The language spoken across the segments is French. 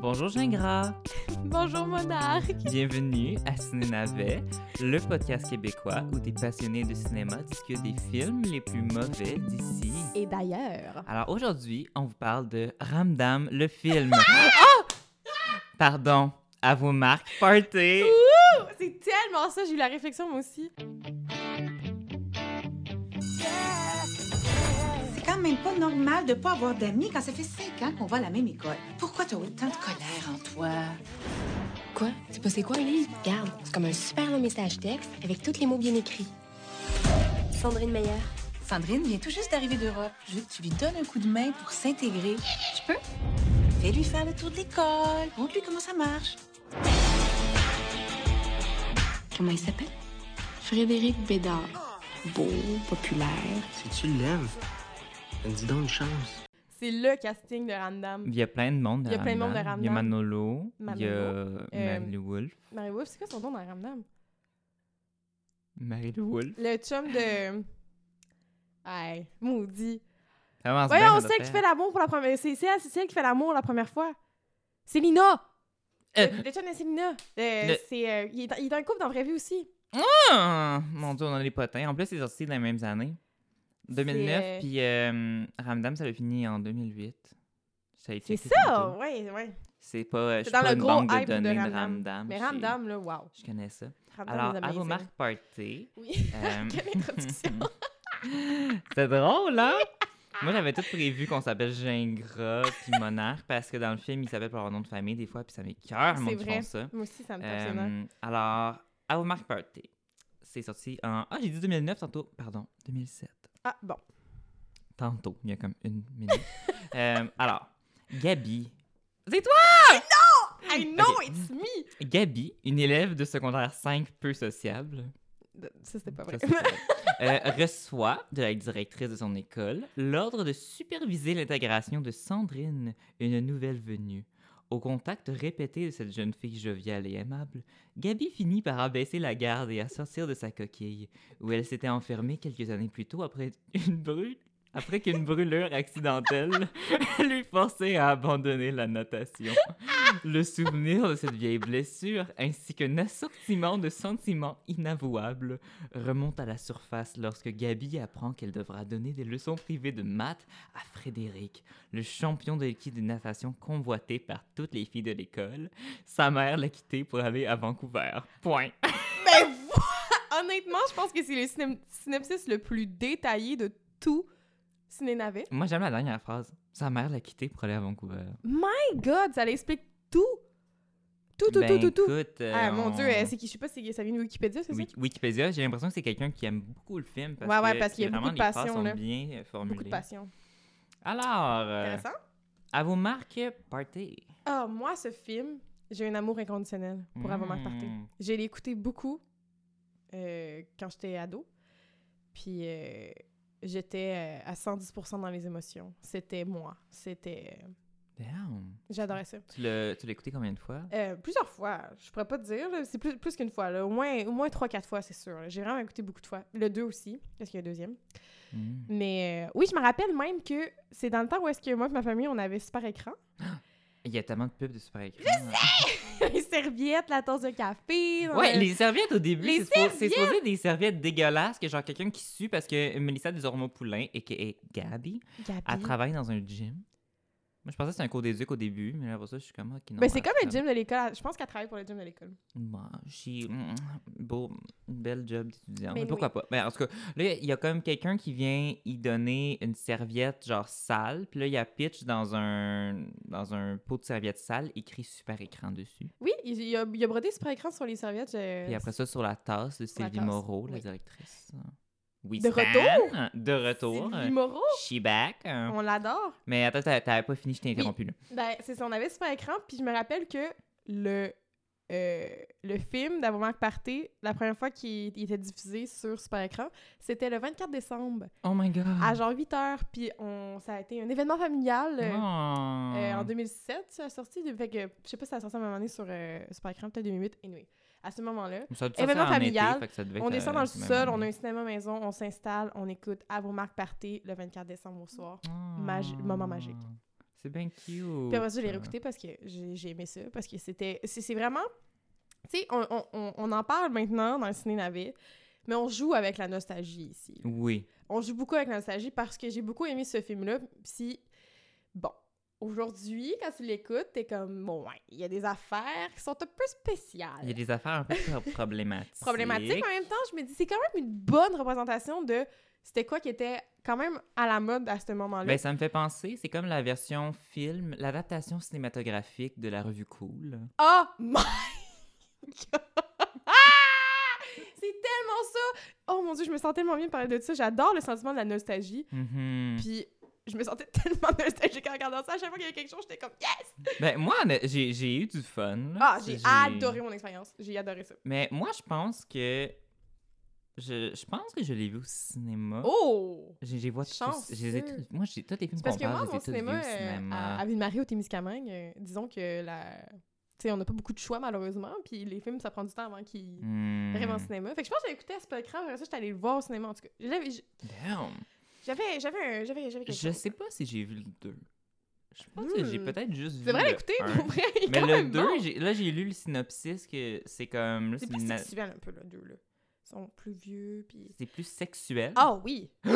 Bonjour Gingras, Bonjour Monarque! bienvenue à Ciné Navet, le podcast québécois où des passionnés de cinéma discutent des films les plus mauvais d'ici. Et d'ailleurs, Alors aujourd'hui, on vous parle de Ramdam, le film. Ah! Pardon, à vos marques, partez! Oh, c'est tellement ça, j'ai eu la réflexion moi aussi. C'est quand même pas normal de pas avoir d'amis quand ça fait cinq ans qu'on va à la même école. Pourquoi t'as autant de colère en toi? Quoi? C'est passé quoi, Elise? Regarde, c'est comme un super long message texte avec tous les mots bien écrits. Sandrine Meyer. Sandrine vient tout juste d'arriver d'Europe. Je veux que tu lui donnes un coup de main pour s'intégrer. Je peux? Fais-lui faire le tour de l'école. Montre-lui comment ça marche. Comment il s'appelle? Frédéric Bédard. Beau, populaire. Si tu le lèves, donne-dis donc une chance. C'est le casting de Random. Il y a plein de monde de Il y a plein de monde de Ramdam. Il y a Ramdam. Manolo, il y a Manolo, euh, Marie-Lou Wolfe. Marie-Wolf, c'est quoi son nom dans Random? Marie-Lou Wolfe. Le chum de. Hey, maudit. Commence Ouais, Ah, bien, on notre sait qui affaire. fait l'amour pour la première C'est c'est elle, c'est elle qui fait l'amour la première fois. C'est Lina! Le, le chum de Célina. Euh, Le- c'est, euh, il, est, dans- il est dans le couple dans la vraie vie aussi. Ah! Mon dieu, on a les potins. En plus, c'est sorti dans les mêmes années. 2009, C'est- puis euh, Ramdam, ça l'a fini en 2008. Ça a été C'est fait ça! tantôt. Ouais, ouais. C'est pas, euh, je C'est suis dans pas le une gros banque de hype de données de Ramdam. Ramdam. Mais j'ai- Random, là, wow. Je connais ça. Random Alors, is à vos amazing. marques, partez. Oui. Euh, Quelle introduction! C'est drôle, hein? Moi, j'avais tout prévu qu'on s'appelle Gingras puis Monarque, parce que dans le film, ils s'appellent par leur nom de famille des fois, puis ça m'écœure, mon C'est qui font vrai. ça. Moi aussi, ça me tape sur les nerfs. Euh, alors, à vos marques, partez. C'est sorti en... Ah, j'ai dit 2009 tantôt. Pardon, 2007. Ah, bon. Tantôt, il y a comme une minute. Euh, alors, Gabi. C'est toi! I know Ok. it's me! Gabi, une élève de secondaire 5 peu sociable, Ça, c'était pas ça, vrai. c'est ça. Euh, reçoit de la directrice de son école l'ordre de superviser l'intégration de Sandrine, une nouvelle venue. Au contact répété de cette jeune fille joviale et aimable, Gabi finit par abaisser la garde et à sortir de sa coquille, où elle s'était enfermée quelques années plus tôt après une brûle. Après qu'une brûlure accidentelle lui forçait à abandonner la natation. Le souvenir de cette vieille blessure, ainsi qu'un assortiment de sentiments inavouables, remonte à la surface lorsque Gabi apprend qu'elle devra donner des leçons privées de maths à Frédéric, le champion de l'équipe de natation convoité par toutes les filles de l'école. Sa mère l'a quitté pour aller à Vancouver. Point. Mais vo- honnêtement, je pense que c'est le synem- synopsis le plus détaillé de tout Ciné-Navet. Moi, j'aime la dernière phrase. Sa mère l'a quitté pour aller à Vancouver. Oh My God, ça l'explique tout. Tout, tout, Ben, tout, tout, tout. écoute, euh, Ah, mon Dieu, on- euh, c'est qui? Je sais pas, c'est- ça vient de Wikipédia, c'est Wik- Wikipédia, j'ai l'impression que c'est quelqu'un qui aime beaucoup le film parce Ouais, ouais, que parce qu'il y a vraiment, beaucoup de les phrases passion, sont là. bien euh, ça? formulées. Beaucoup de passion. Alors, euh, Intéressant. à vos marques, partez. Ah, moi, ce film, j'ai un amour inconditionnel pour avoir Avant Party. Mm. J'ai l'écouté beaucoup euh, quand j'étais ado. Puis euh, j'étais euh, à 110% dans les émotions. C'était moi. C'était... euh, Damn. J'adorais ça. Tu l'as tu l'as écouté combien de fois? Euh, plusieurs fois, je pourrais pas te dire, là, c'est plus, plus qu'une fois, là, au moins au moins 3-4 fois, c'est sûr. là. J'ai vraiment écouté beaucoup de fois. Le 2 aussi, parce qu'il y a un deuxième. Mm. Mais euh, oui, je me rappelle même que c'est dans le temps où est-ce que moi et ma famille, on avait super écran. Il y a tellement de pubs de super écran. Je les serviettes, la tasse de café. on Ouais, avait- les serviettes au début, Les c'est suppo- c'est supposé être des serviettes dégueulasses que genre quelqu'un qui sue parce que Mélissa Desormeaux-Poulain, a.k.a. Gabi, Gabi. elle travaille dans un gym. Moi, je pensais que c'était un cours d'éduc au début, mais après ça, je suis comme... ok, non, Ben, c'est elle comme le travaille. gym de l'école. Je pense qu'elle travaille pour le gym de l'école. Bon, j'ai mm, beau, belle job d'étudiant. Ben Mais pourquoi oui. pas? Mais en tout cas, là, il y a comme quelqu'un qui vient y donner une serviette genre sale, puis là, il y a pitch dans un, dans un pot de serviette sale, écrit super écran dessus. Oui, il il y a, il y a brodé super écran sur les serviettes. je- Puis après ça, sur la tasse de la Sylvie tasse, Moreau, la oui. directrice. euh, Oui, De Stan, retour? De retour. Euh, Sylvie Moreau, She back. hein. on l'adore. Mais attends, t'as- t'avais pas fini, je t'ai interrompu. là. Ben, c'est ça, on avait super écran, puis je me rappelle que le, euh, le film d'Avant-Marc Parté, la première fois qu'il il était diffusé sur super écran, c'était le 24 décembre, Oh my god. à genre 8 h, puis on, ça a été un événement familial. euh, Oh. euh, en 2007, ça a sorti. de- Fait que, je sais pas si ça a sorti à un moment donné sur euh, Super Écran, peut-être 2008. Anyway, à ce moment-là, Ça a dû sortir événement en été, familial, fait que ça devait on être, descend euh, dans le ce même sous-sol, année. on a un cinéma maison, on s'installe, on écoute À vos marques partez le 24 décembre au soir. Magi- moment magique. Ah. C'est bien cute. Puis après ça, je l'ai réécouté parce que j'ai j'ai aimé ça, parce que c'était... C'est c'est vraiment... Tu sais, on, on- on- on en parle maintenant dans le ciné navet, mais on joue avec la nostalgie ici. là. Oui. On joue beaucoup avec la nostalgie parce que j'ai beaucoup aimé ce film-là, si... Bon, aujourd'hui, quand tu l'écoutes, t'es comme, bon, ouais, il y a des affaires qui sont un peu spéciales. Il y a des affaires un peu problématiques. problématique. mais En même temps, je me dis, c'est quand même une bonne représentation de c'était quoi qui était quand même à la mode à ce moment-là. Ben, ça me fait penser, c'est comme la version film, l'adaptation cinématographique de la revue Cool. Oh my god! Ah! C'est tellement ça! Oh mon dieu, je me sens tellement bien de parler de ça. J'adore le sentiment de la nostalgie. Mhm. Puis je me sentais tellement nostalgique en regardant ça. À chaque fois qu'il y avait quelque chose, j'étais comme yes! Ben, moi, honnêt- j'ai j'ai eu du fun. là. Ah, j'ai adoré mon expérience. J'ai adoré ça. Mais moi, je pense que. Je, je pense que je l'ai vu au cinéma. Oh! J'ai j'ai vois tous- Chanceux. je les ai tous- Moi, j'ai tous les films C'est parce qu'on que moi, parle, je les mon ai tous vus cinéma, au euh, cinéma. à, à Ville-Marie au Témiscamingue, euh, disons que la... tu sais, on n'a pas beaucoup de choix malheureusement, puis les films, ça prend du temps avant qu'ils Hmm. arrivent en cinéma. Fait que je pense que j'avais écouté à ce écran, après ça, j'étais allée le voir au cinéma en tout cas. J'avais, Damn. j'avais, j'avais, un- j'avais, j'avais quelque Je chose. sais pas si j'ai vu le 2. Je pense que j'ai Hmm. peut-être juste vu. C'est vrai le l'écouter, un. pour vrai, il est Mais quand le même 2, bon. là, j'ai lu le synopsis que c'est comme. là, C'est c'est plus une- sexuel un peu, le 2, là. Ils sont plus vieux, puis... C'est plus sexuel. Ah oui!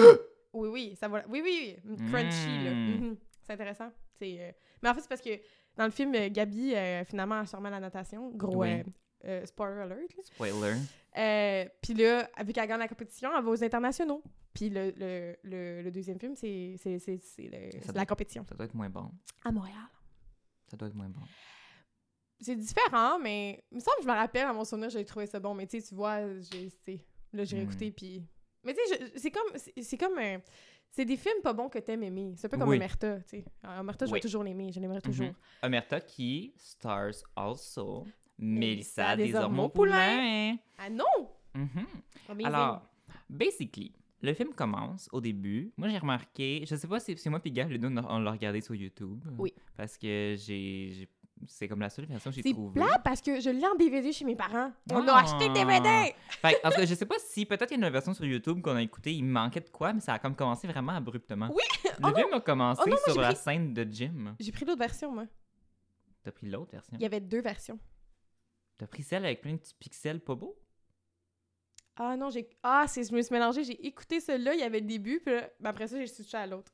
oui, oui, ça va... Oui, oui, oui. Mm, Crunchy, là. Mm. Mhm. C'est intéressant. C'est, euh, Mais en fait, c'est parce que dans le film, euh, Gabi, euh, finalement, a sûrement la natation. Gros... Oui. euh, euh, spoiler alert, là. Spoiler. Euh, puis là, vu qu'elle gagne la compétition, elle va aux internationaux. Puis le, le, le, le deuxième film, c'est c'est- c'est- c'est le- Ça c'est doit- la compétition. Ça doit être moins bon. À Montréal. Ça doit être moins bon. C'est différent, mais il me semble que je me rappelle, à mon souvenir, j'ai trouvé ça bon. Mais tu sais, tu vois, j'ai- c'est- là, j'ai Mm. réécouté, puis... Mais tu sais, je- c'est comme... c'est- C'est comme un- C'est des films pas bons que t'aimes aimer. C'est un peu comme Oui. Omerta, tu sais. Euh, Omerta, je Oui. vais toujours l'aimer, je l'aimerai toujours. Mhm. Omerta qui stars also Mélissa Mélissa Desormeaux-Poulain. Ah non! Ah, Mhm. Amazing. Alors, basically, le film commence au début. Moi, j'ai remarqué, je sais pas si c'est moi puis Gab, les deux, on l'a- on l'a regardé sur YouTube. Oui. Parce que j'ai. j'ai- C'est comme la seule version que j'ai c'est trouvée. plat parce que je l'ai en DVD chez mes parents. On Ah. a acheté le DVD! Fait que, en tout cas, je sais pas si peut-être il y a une version sur YouTube qu'on a écoutée, il manquait de quoi, mais ça a comme commencé vraiment abruptement. Oui! Le Oh film a commencé Oh non, moi, sur j'ai la pris- scène de Jim. J'ai pris l'autre version, moi. T'as pris l'autre version. Il y avait deux versions. T'as pris celle avec plein de petits pixels pas beaux? Ah non, j'ai. Ah, c'est... je me suis mélangée. J'ai écouté celui-là, il y avait le début, puis là, ben après ça, j'ai switché à l'autre.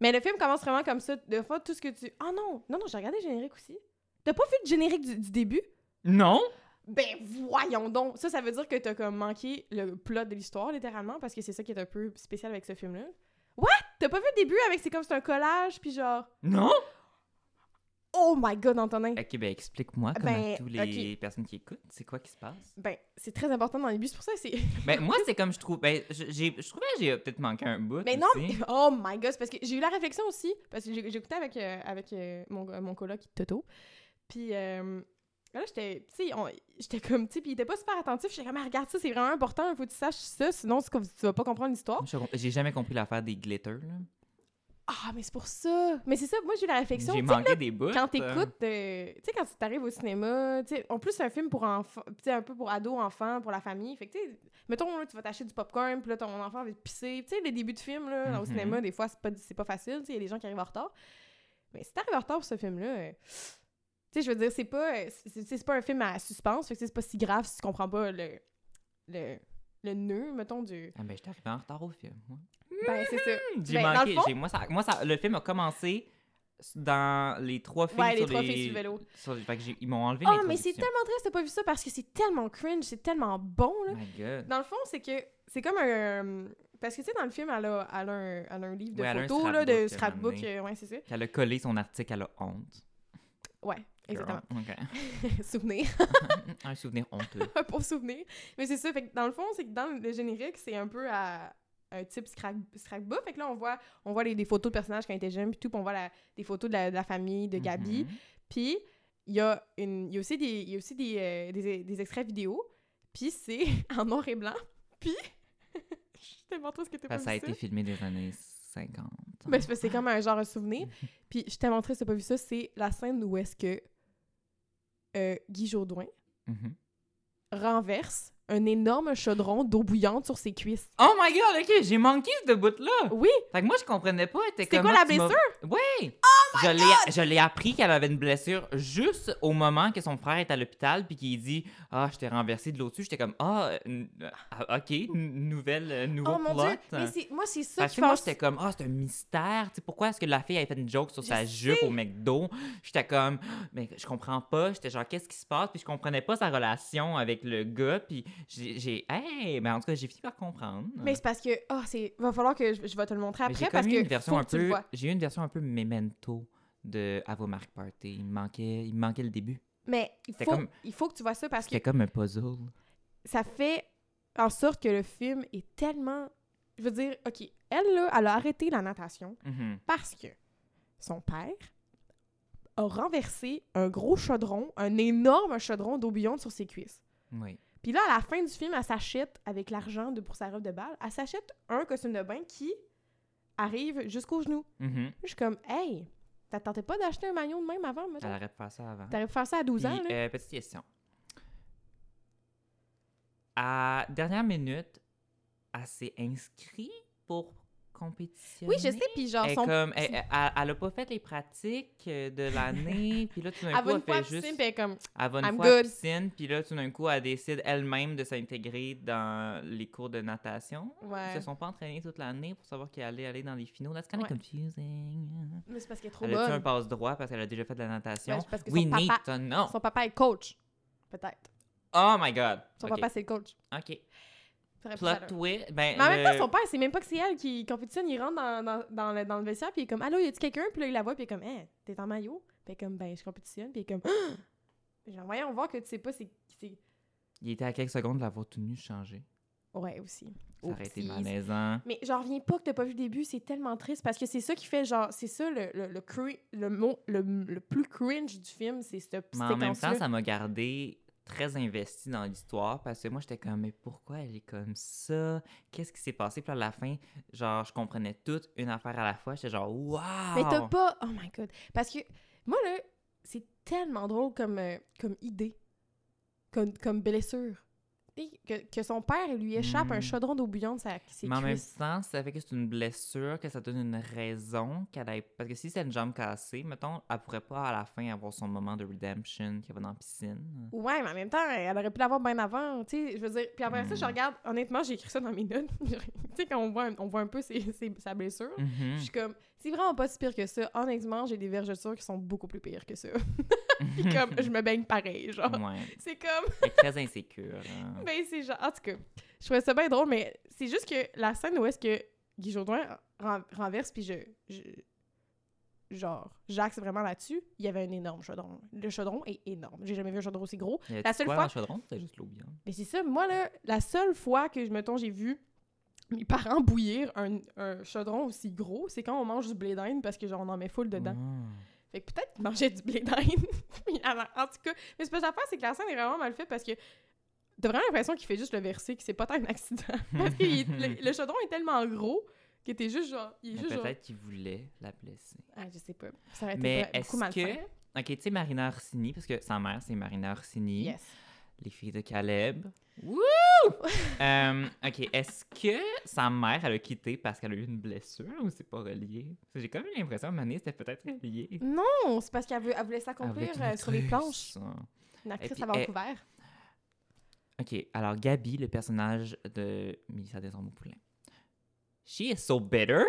Mais le film commence vraiment comme ça. De fois, tout ce que tu. Ah non, non, non, j'ai regardé le générique aussi. T'as pas vu le générique du, du début? Non! Ben voyons donc! Ça, ça veut dire que t'as comme manqué le plot de l'histoire, littéralement, parce que c'est ça qui est un peu spécial avec ce film-là. What? T'as pas vu le début avec. C'est comme c'est un collage, puis genre. Non! Oh my god, Antonin! Ok, ben explique-moi, comme Ben, à tous les ok. personnes qui écoutent, c'est quoi qui se passe? Ben, c'est très important dans les bus, c'est pour ça que c'est. Ben, moi, c'est comme je trouve. Ben, je, j'ai- je trouvais que j'ai euh, peut-être manqué un bout. Mais non, mais- aussi. oh my god, c'est parce que j'ai eu la réflexion aussi, parce que j'ai- j'écoutais avec, euh, avec euh, mon, mon coloc Toto. Puis euh, là, j'étais, tu sais, on- j'étais comme, tu sais, puis il était pas super attentif. J'étais comme, Ah, regarde ça, c'est vraiment important, il faut que tu saches ça, sinon c'est comme- tu vas pas comprendre l'histoire. Je comp- J'ai jamais compris l'affaire des glitters, là. Ah, mais c'est pour ça. Mais c'est ça, moi j'ai eu la réflexion. J'ai tu sais, manqué des bouts. quand t'écoutes, euh, tu sais, quand tu t'arrives au cinéma, tu sais, en plus, c'est un film pour enfants, tu sais, un peu pour ados, enfants, pour la famille. Fait que, tu sais, mettons, là, tu vas t'acheter du popcorn, puis là, ton enfant va te pisser. Tu sais, les débuts de film, là, Mhm. au cinéma, des fois, c'est pas, c'est pas facile, tu sais, il y a des gens qui arrivent en retard. Mais si t'arrives en retard pour ce film-là, euh, tu sais, je veux dire, c'est pas, euh, c'est, c'est- c'est pas un film à suspense, fait que tu sais, c'est pas si grave si tu comprends pas le, le, le nœud, mettons, du... Ah, ben, j'étais arrivé en retard au film. moi. Ben, c'est ça. J'ai Ben, dans manqué. le fond- j'ai- moi, ça, moi ça, le film a commencé s- dans les trois filles Ouais, les sur trois les- filles sur le vélo. sur- fait que j'ai- ils m'ont enlevé Oh, mais c'est l'introduction. tellement triste, t'as pas vu ça, parce que c'est tellement cringe, c'est tellement bon, là. My God. Dans le fond, c'est que c'est comme un. euh, Parce que tu sais, dans le film, elle a, elle a un, elle a un livre de Oui, elle a un photos, là, scrapbook, de scrapbook. à un euh, ouais, c'est ça. Elle a collé son article à la honte. Ouais, exactement. Girl. OK. souvenir. un souvenir honteux. pour souvenir. Mais c'est ça. Fait que dans le fond, c'est que dans le générique, c'est un peu à un type scrap- scrapbook. Fait que là, on voit, on voit les, des photos de personnages quand ils étaient jeunes, puis tout, puis on voit la- des photos de la, de la famille, de Gabi. Mhm. Puis il y, a une- il y a aussi des, il y a aussi des, euh, des, des extraits vidéo. Puis c'est en noir et blanc. Puis. Je suis tellement triste que t'es pas Parce que Ben, ça a vu ça. été filmé des années 50. Ben, c'est parce que c'est comme un genre de souvenir. Puis je t'ai montré, si t'as pas vu ça, c'est la scène où est-ce que euh, Guy Jodoin Mhm. renverse un énorme chaudron d'eau bouillante sur ses cuisses. Oh my god, ok, j'ai manqué ce bout-là! Oui! Fait que moi, je comprenais pas. C'était quoi la blessure? Oh Oui! je l'ai- je l'ai appris qu'elle avait une blessure juste au moment que son frère est à l'hôpital puis qu'il dit Ah, je t'ai renversé de l'eau dessus. J'étais comme Ah, euh, n- ah, ok, n- nouvelle, euh, nouveau Oh mon plot. dieu, mais c'est- moi c'est ça Parce qui que moi, pense. j'étais comme, ah, c'est un mystère. Tu sais, pourquoi est-ce que la fille avait fait une joke sur sa jupe au McDo? J'étais comme, mais je comprends pas. J'étais genre, qu'est-ce qui se passe? Puis je comprenais pas sa relation avec le gars. Puis j'ai, j'ai- hey, mais en tout cas, j'ai fini par comprendre. Mais c'est parce que oh, c'est va falloir que je, je vais te le montrer Mais j'ai comme après parce eu que une version faut un que tu le peu, vois. j'ai eu une version un peu memento de À vos marques party. Il me manquait, il me manquait le début. Mais il C'était faut, comme- il faut que tu vois ça parce que C'était comme un puzzle. ça fait en sorte que le film est tellement je veux dire OK, elle là, elle a arrêté la natation Mhm. parce que son père a renversé un gros chaudron, un énorme chaudron d'eau bouillante sur ses cuisses. Oui. Puis là, à la fin du film, elle s'achète, avec l'argent de, pour sa robe de balle, elle s'achète un costume de bain qui arrive jusqu'aux genoux. Mhm. Je suis comme, hey, t'attendais pas d'acheter un maillot de même avant, Elle mettons? aurait pu faire ça avant. T'aurais pu faire ça à 12 ans, Puis, là? euh, petite question. À dernière minute, elle s'est inscrite pour compétitionner. Oui, je sais, puis genre, Elle, est son... comme, elle, elle- elle a pas fait les pratiques euh, de l'année, puis là, tout d'un elle coup, va elle une fois à fait la piscine, juste... puis elle est comme, Elle va une I'm fois à la good. piscine, puis là, tout d'un coup, elle décide elle-même de s'intégrer dans les cours de natation. Ils ouais. se sont pas entraînés toute l'année pour savoir qu'elle allait aller dans les finaux. That's kind Ouais. of confusing. Mais c'est parce qu'elle est trop Elle a eu un bonne. passe-droit parce qu'elle a déjà fait de la natation. Ouais, c'est parce que We son need papa- to know. Son papa est coach, peut-être. Oh my God! Son Ok. papa, c'est le coach. OK. Ça aurait pu Plot faire un- twist. Ben, Mais en même le- temps, son père, c'est même pas que c'est elle qui compétitionne. Il rentre dans, dans, dans le, dans le vestiaire, puis il est comme Allô, y a-tu quelqu'un Puis là, il la voit, puis il est comme Hein, t'es en maillot Puis elle est comme Ben, je compétitionne, puis il est comme Ah! Genre, voyons voir que tu sais pas, c'est. c'est- Il était à quelques secondes de l'avoir tenue changée. Ouais, aussi. Ça aurait été Oupsies. malaisant. Mais j'en reviens pas que t'as pas vu le début, c'est tellement triste parce que c'est ça qui fait genre, c'est ça le, le, le, cri- le mot le, le plus cringe du film, c'est cette Mais en même temps, séquence-là. ça m'a gardé très investi dans l'histoire parce que moi, j'étais comme, mais pourquoi elle est comme ça? Qu'est-ce qui s'est passé? Puis à la fin, genre, je comprenais toute une affaire à la fois. J'étais genre, waouh! Mais Ah, t'as pas, oh my god, parce que moi là, c'est tellement drôle comme, euh, comme idée, comme, comme blessure. Tu sais, Que, que son père lui échappe un Mm. chaudron d'eau bouillante, ça qui s'est Mais en même temps, ça fait que c'est une blessure, que ça donne une raison qu'elle ait... Parce que si c'est une jambe cassée, mettons, elle pourrait pas à la fin avoir son moment de redemption qui va dans la piscine. Ouais, mais en même temps, elle aurait pu l'avoir bien avant, tu sais, je veux dire. Puis après ça, je Mm. regarde, honnêtement, j'ai écrit ça dans mes notes. tu sais, quand on voit, un- on voit un peu ses- ses- sa blessure. Mhm. Je suis comme, c'est vraiment pas si pire que ça. Honnêtement, j'ai des vergetures qui sont beaucoup plus pires que ça. Puis comme, je me baigne pareil, genre. Ouais. C'est comme, Elle est très insécure. hein. ben c'est genre, en tout cas, je trouvais ça bien drôle, mais c'est juste que la scène où est-ce que Guy Jourdain ren- renverse, puis je, je- genre, j'axe vraiment là-dessus, il y avait un énorme chaudron. Le chaudron est énorme. J'ai jamais vu un chaudron aussi gros. Y avait-tu La seule quoi fois- dans le chaudron? C'était juste l'eau bouillante. Mais c'est ça, moi, là, la seule fois que, mettons, j'ai vu mes parents bouillir un, un chaudron aussi gros, c'est quand on mange du blé d'Inde parce que, genre, on en met full dedans. Ah. Fait que peut-être qu'il mangeait du blé d'Inde. Puis alors, en tout cas, mais ce que j'affaire, c'est que la scène est vraiment mal faite parce que t'as vraiment l'impression qu'il fait juste le verser, que c'est pas tant un accident. Ah. parce que il- le, le chaudron est tellement gros que t'es juste genre. Il est Mais juste genre. Ben, Peut-être qu'il voulait la blesser. Ah, je sais pas. Ça aurait été Mais vra- est-ce beaucoup mal que. fait. Ok, tu sais, Marina Orsini, parce que sa mère, c'est Marina Orsini. Yes. Les filles de Caleb. Wouh! Euh, ok, est-ce que sa mère, elle a quitté parce qu'elle a eu une blessure ou c'est pas relié? Parce que J'ai quand même l'impression, Mané, c'était peut-être relié. Elle Non, c'est parce qu'elle veut- elle voulait voulait s'accomplir être une euh, sur les planches. actrice, hein. Une actrice puis à elle- Vancouver. Ok, alors Gabi, le personnage de Mélissa Desormeaux-Poulain. She is so bitter!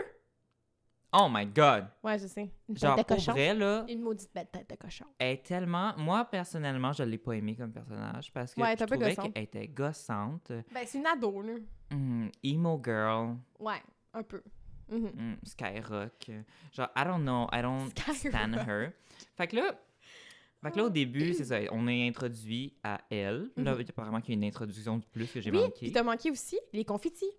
Oh my god! Ouais, je sais. Une tête Genre, de pour cochon. vrai, là, Une maudite belle tête de cochon. elle est tellement... Moi, personnellement, je l'ai pas aimée comme personnage parce que Ouais, elle est je un peu trouvais gossante. qu'elle était gossante. Ben, c'est une ado, là. Hmm, emo girl, Ouais, un peu. Mhm. hmm, Skyrock. Genre, I don't know, I don't stand Skyrock. Ah, her. Fait que là... Fait que là, au début, c'est ça, on est introduit à elle. Là, apparemment qu'il y a une introduction de plus que j'ai Mhm. Oui, puis manqué. t'as manqué aussi les confitis.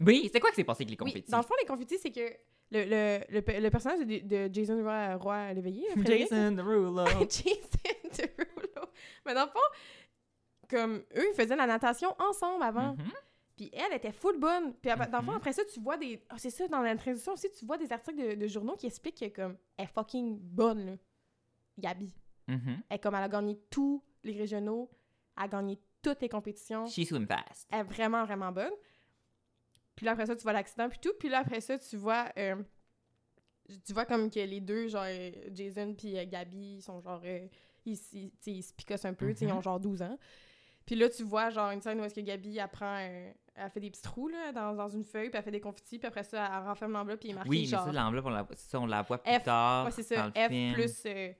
Oui, c'est quoi qui s'est passé avec les Oui, confettis? dans le fond, les confitis, c'est que le, le, le, pe- le personnage de, de Jason Roy, Roy l'éveillé, là, Frédéric, là. Derulo. Jason Derulo. Mais dans le fond, comme eux, ils faisaient la natation ensemble avant. Mhm. Puis elle était full bonne. Puis après- dans le fond, Mhm. après ça, tu vois des. Ah, c'est ça, dans l'introduction aussi, tu vois des articles de, de journaux qui expliquent que, comme, elle est fucking bonne, là. Gabi. Mhm. Elle, comme, elle a gagné tous les régionaux, elle a gagné toutes les compétitions. She swim fast. Elle est vraiment, vraiment bonne. Puis là, après ça, tu vois l'accident, puis tout. Puis là, après ça, tu vois euh, tu vois comme que les deux, genre euh, Jason puis euh, Gabby, ils sont genre. euh, ils, s- ils- tu sais, ils se picossent un peu, tu sais, Mhm. ils ont genre 12 ans. Puis là, tu vois genre une scène où est-ce que Gabi apprend. euh, elle fait des petits trous là, dans, dans une feuille, puis elle fait des confettis, puis après ça, elle renferme l'enveloppe, puis il marque Oui, mais genre. ça, l'enveloppe, on la, ça, on la voit plus F. tard. Ouais, c'est dans ça. le F film. plus, euh,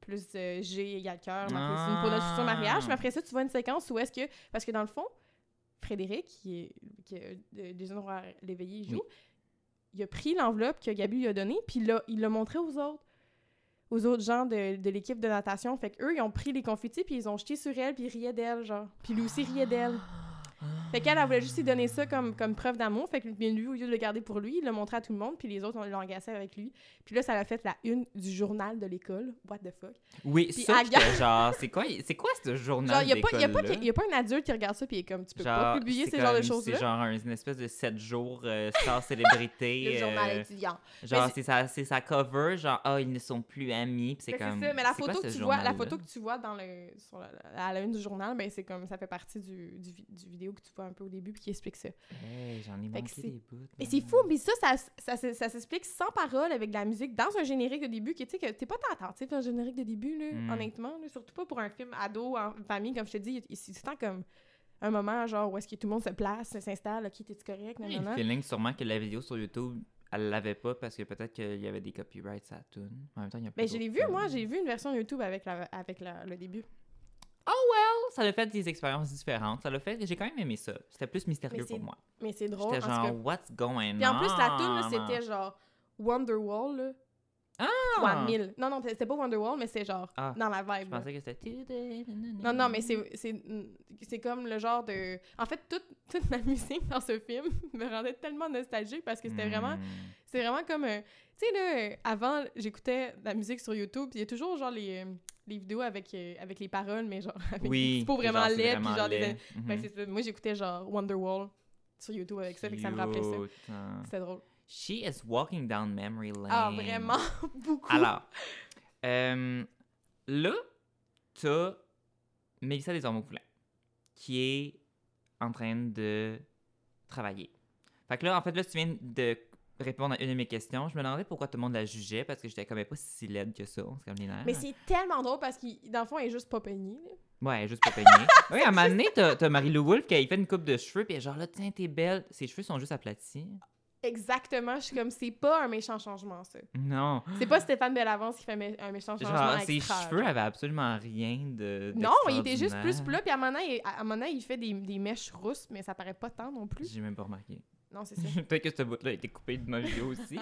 plus euh, G égale cœur, marqué signe pour notre futur mariage. Ah. Mais après ça, tu vois une séquence où est-ce que. Parce que dans le fond, Frédéric, qui est, qui est euh, des endroits l'éveillé, il joue, il a pris l'enveloppe que Gabi lui a donnée, puis il l'a- il l'a montré aux autres aux autres gens de, de l'équipe de natation. Fait qu'eux, ils ont pris les confettis, puis ils ont jeté sur elle, puis ils riaient d'elle, genre. Puis lui aussi riait d'elle. Fait qu'elle, elle voulait juste lui donner ça comme, comme preuve d'amour. Fait que lui, lui, au lieu de le garder pour lui, il l'a montré à tout le monde, puis les autres, on l'ont agacé avec lui. Puis là, ça l'a fait la une du journal de l'école. What the fuck? Oui, Puis ça, Agathe- j'étais genre, c'est quoi, c'est quoi ce journal Genre, il n'y a, pas- y a, pas d'école-là? que- y a pas un adulte qui regarde ça, puis il est comme, tu peux pas Genre, publier c'est ces genres de comme- choses-là. C'est genre un- une espèce de 7 jours euh, star célébrité. Le journal euh, étudiant. genre, c'est- c'est sa, c'est sa cover, genre, ah, ils ne sont plus amis. Puis c'est Fait que comme. Ben, ça, mais la c'est quoi photo, que ce tu vois, la journal-là? photo que tu vois dans le, sur la, la- à la une du journal, ben c'est comme ça fait partie du, du, vi- du vidéo que tu vois un peu au début puis qui explique ça. Hey, j'en ai que manqué c'est- des bouts. Mais man. c'est fou, mais ça, ça, ça, se- ça s'explique sans parole avec de la musique dans un générique de début qui, tu sais, que t'es pas tant attentif dans le générique de début, là, Mm. honnêtement, là, surtout pas pour un film ado, en famille, comme je te dis, il- c'est tout le temps comme un moment, genre, où est-ce que tout le monde se place, s'installe, ok, t'es-tu correct, J'ai nanana. le feeling sûrement que la vidéo sur YouTube, elle l'avait pas parce que peut-être qu'il y avait des copyrights à la tune. En même temps, il y a pas Mais je d'autres l'ai vu, moi, films. j'ai vu une version YouTube avec, la, avec la- le début. Oh, Ça l'a fait des expériences différentes. Ça l'a fait. J'ai quand même aimé ça. C'était plus mystérieux Mais c'est pour moi. Mais c'est drôle, en J'étais tout cas. genre, what's going on? Puis en plus, la tune, là, c'était genre Wonderwall, là. Ah! Fois mille. Non, non, c'était pas Wonderwall, mais c'est genre Ah, dans la vibe. Je là. pensais que c'était. Non, non, mais c'est- c'est mm, c'est comme le genre de... En fait, toute, toute la musique dans ce film me rendait tellement nostalgique parce que c'était vraiment... Hmm. C'est vraiment comme... un- Tu sais, là, euh, avant, j'écoutais de la musique sur YouTube, puis il y a toujours, genre, les, euh, les vidéos avec, euh, avec les paroles, mais genre avec des Oui. petits mots c'est vraiment genre, c'est laids, puis vraiment genre des... laid. Fait que Mhm. c'est ça. Moi, j'écoutais, genre, Wonderwall sur YouTube avec ça, fait que ça me rappelait ça. Cute, hein. C'était drôle. She is walking down memory lane. Ah, vraiment, beaucoup. Alors, euh, là, t'as Mélissa Desormeaux-Poulin qui est en train de travailler. Fait que là, en fait, là, tu viens de répondre à une de mes questions. Je me demandais pourquoi tout le monde la jugeait parce que j'étais comme elle est pas si laide que ça. C'est comme les nerfs. Mais c'est tellement drôle parce qu'il, dans le fond, il est juste pas peigné. là. Ouais, juste pour peigner. oui, à un moment donné, t'as t'as Marie-Lou Wolfe qui a fait une coupe de cheveux, puis elle est genre là, tiens, t'es belle. Ses cheveux sont juste aplatis. Exactement, je suis comme, c'est pas un méchant changement, ça. Non. C'est pas Stéphane Bellavance qui fait mé- un méchant changement Genre, ses extra, cheveux genre. avaient absolument rien de. Non, il était juste plus d'extraordinaire. plat, puis à un moment donné, il- à un moment donné, il fait des, des mèches rousses, mais ça paraît pas tant non plus. J'ai même pas remarqué. Non, c'est ça. Peut-être que ce bout-là a été coupé de ma vidéo aussi.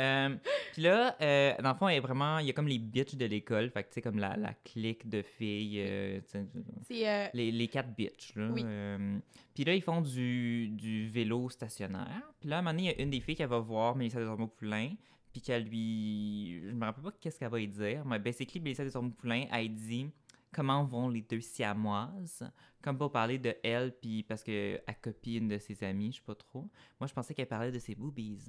Euh, Puis là, euh, dans le fond, il y a vraiment, il y a comme les bitches de l'école, fait que tu sais, comme la, la clique de filles, euh, tu sais, C'est... euh, les, les quatre bitches, là. Oui. Euh, Puis là, ils font du, du vélo stationnaire. Puis là, à un moment donné, il y a une des filles qu'elle va voir, Mélissa Desormeaux-Poulain, puis qu'elle lui... Je me rappelle pas qu'est-ce qu'elle va lui dire, mais basically, Mélissa Desormeaux-Poulain, elle dit « Comment vont les deux siamoises? » Comme pour parler de elle, puis parce qu'elle copie une de ses amies, je sais pas trop. Moi, je pensais qu'elle parlait de ses boobies.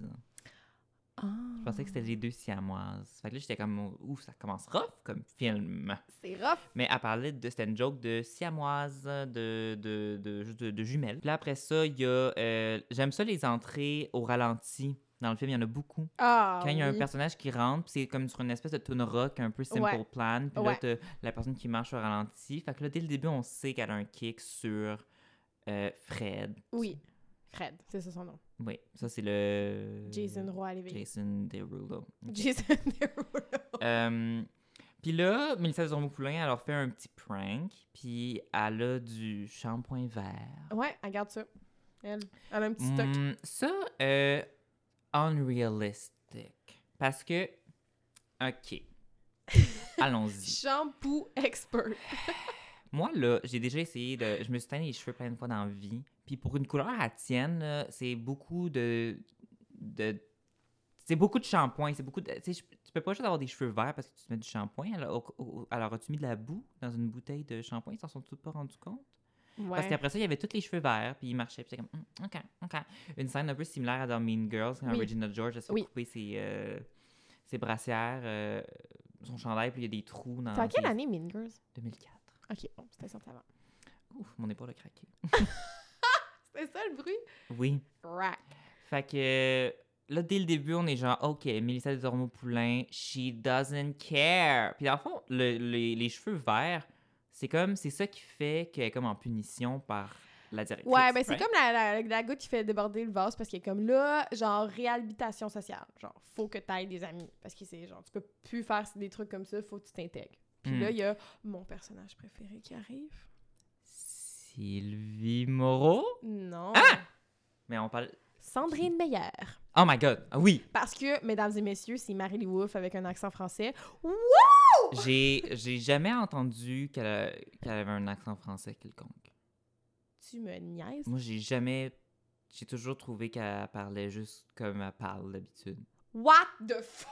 Ah. Je pensais que c'était les deux siamoises. Fait que là, j'étais comme « Ouf, ça commence rough comme film! » C'est rough. Mais elle parlait de. C'était une joke de siamoise, de, de, de, juste de- de jumelles. Puis là, après ça, il y a. euh, J'aime ça les entrées au ralenti. Dans le film, il y en a beaucoup. Ah, Quand il y a un oui. personnage qui rentre, puis c'est comme sur une espèce de tune rock un peu simple Ouais. plan. Puis là, Ouais. t'as la personne qui marche au ralenti. Fait que là, dès le début, on sait qu'elle a un kick sur euh, Fred. Oui. Fred, c'est ça son nom. Oui, ça, c'est le. Jason Roy à l'éveil. Euh, Jason Derulo. Jason Derulo. Euh, Puis là, Mélissa Zormo-Poulin, elle leur fait un petit prank, puis elle a du shampoing vert. Ouais, elle garde ça. Elle. Elle a un petit stock. Hmm, ça, euh, unrealistic. Parce que, OK, allons-y. Shampoo expert. Moi, là, j'ai déjà essayé de... Je me suis teint les cheveux plein de fois dans la vie. Puis pour une couleur à tienne, là, c'est beaucoup de... de c'est beaucoup de shampoing. C'est beaucoup de... Tu sais, je- tu peux pas juste avoir des cheveux verts parce que tu te mets du shampoing. Alors, au- au- alors as-tu mis de la boue dans une bouteille de shampoing? Ils s'en sont tous pas rendus compte? Parce Ouais. qu'après ça, il y avait tous les cheveux verts, puis il marchait, puis c'était comme, Hum, OK, OK. Une scène un peu similaire à dans Mean Girls, quand Oui. Regina George, elle se fait Oui. couper ses, euh, ses brassières, euh, son chandail, puis il y a des trous dans. C'est en quelle ses- année, Mean Girls? 2004. OK, bon, c'était sorti avant. Ouf, mon épaule a craqué. C'était ça, le bruit? Oui. Rack. Fait que. euh, là, dès le début, on est genre, OK, Mélissa Desormeaux-Poulain, she doesn't care. Puis dans le fond, le- les, les cheveux verts, c'est comme, c'est ça qui fait qu'elle est comme en punition par la directrice. Ouais, ben c'est right? comme la, la, la goutte qui fait déborder le vase parce qu'il est comme là, genre réhabilitation sociale. Genre, faut que t'ailles des amis. Parce que c'est genre, tu peux plus faire des trucs comme ça, faut que tu t'intègres. Puis Hmm. là, il y a mon personnage préféré qui arrive. Sylvie Moreau? Non. Ah! Mais on parle... Sandrine Meyer. Oh my God! Ah oui! Parce que, mesdames et messieurs, c'est Marie Wolfe avec un accent français. Wouh! J'ai j'ai jamais entendu qu'elle a- qu'elle avait un accent français quelconque. Tu me niaises. Moi, j'ai jamais... J'ai toujours trouvé qu'elle parlait juste comme elle parle d'habitude. What the fuck?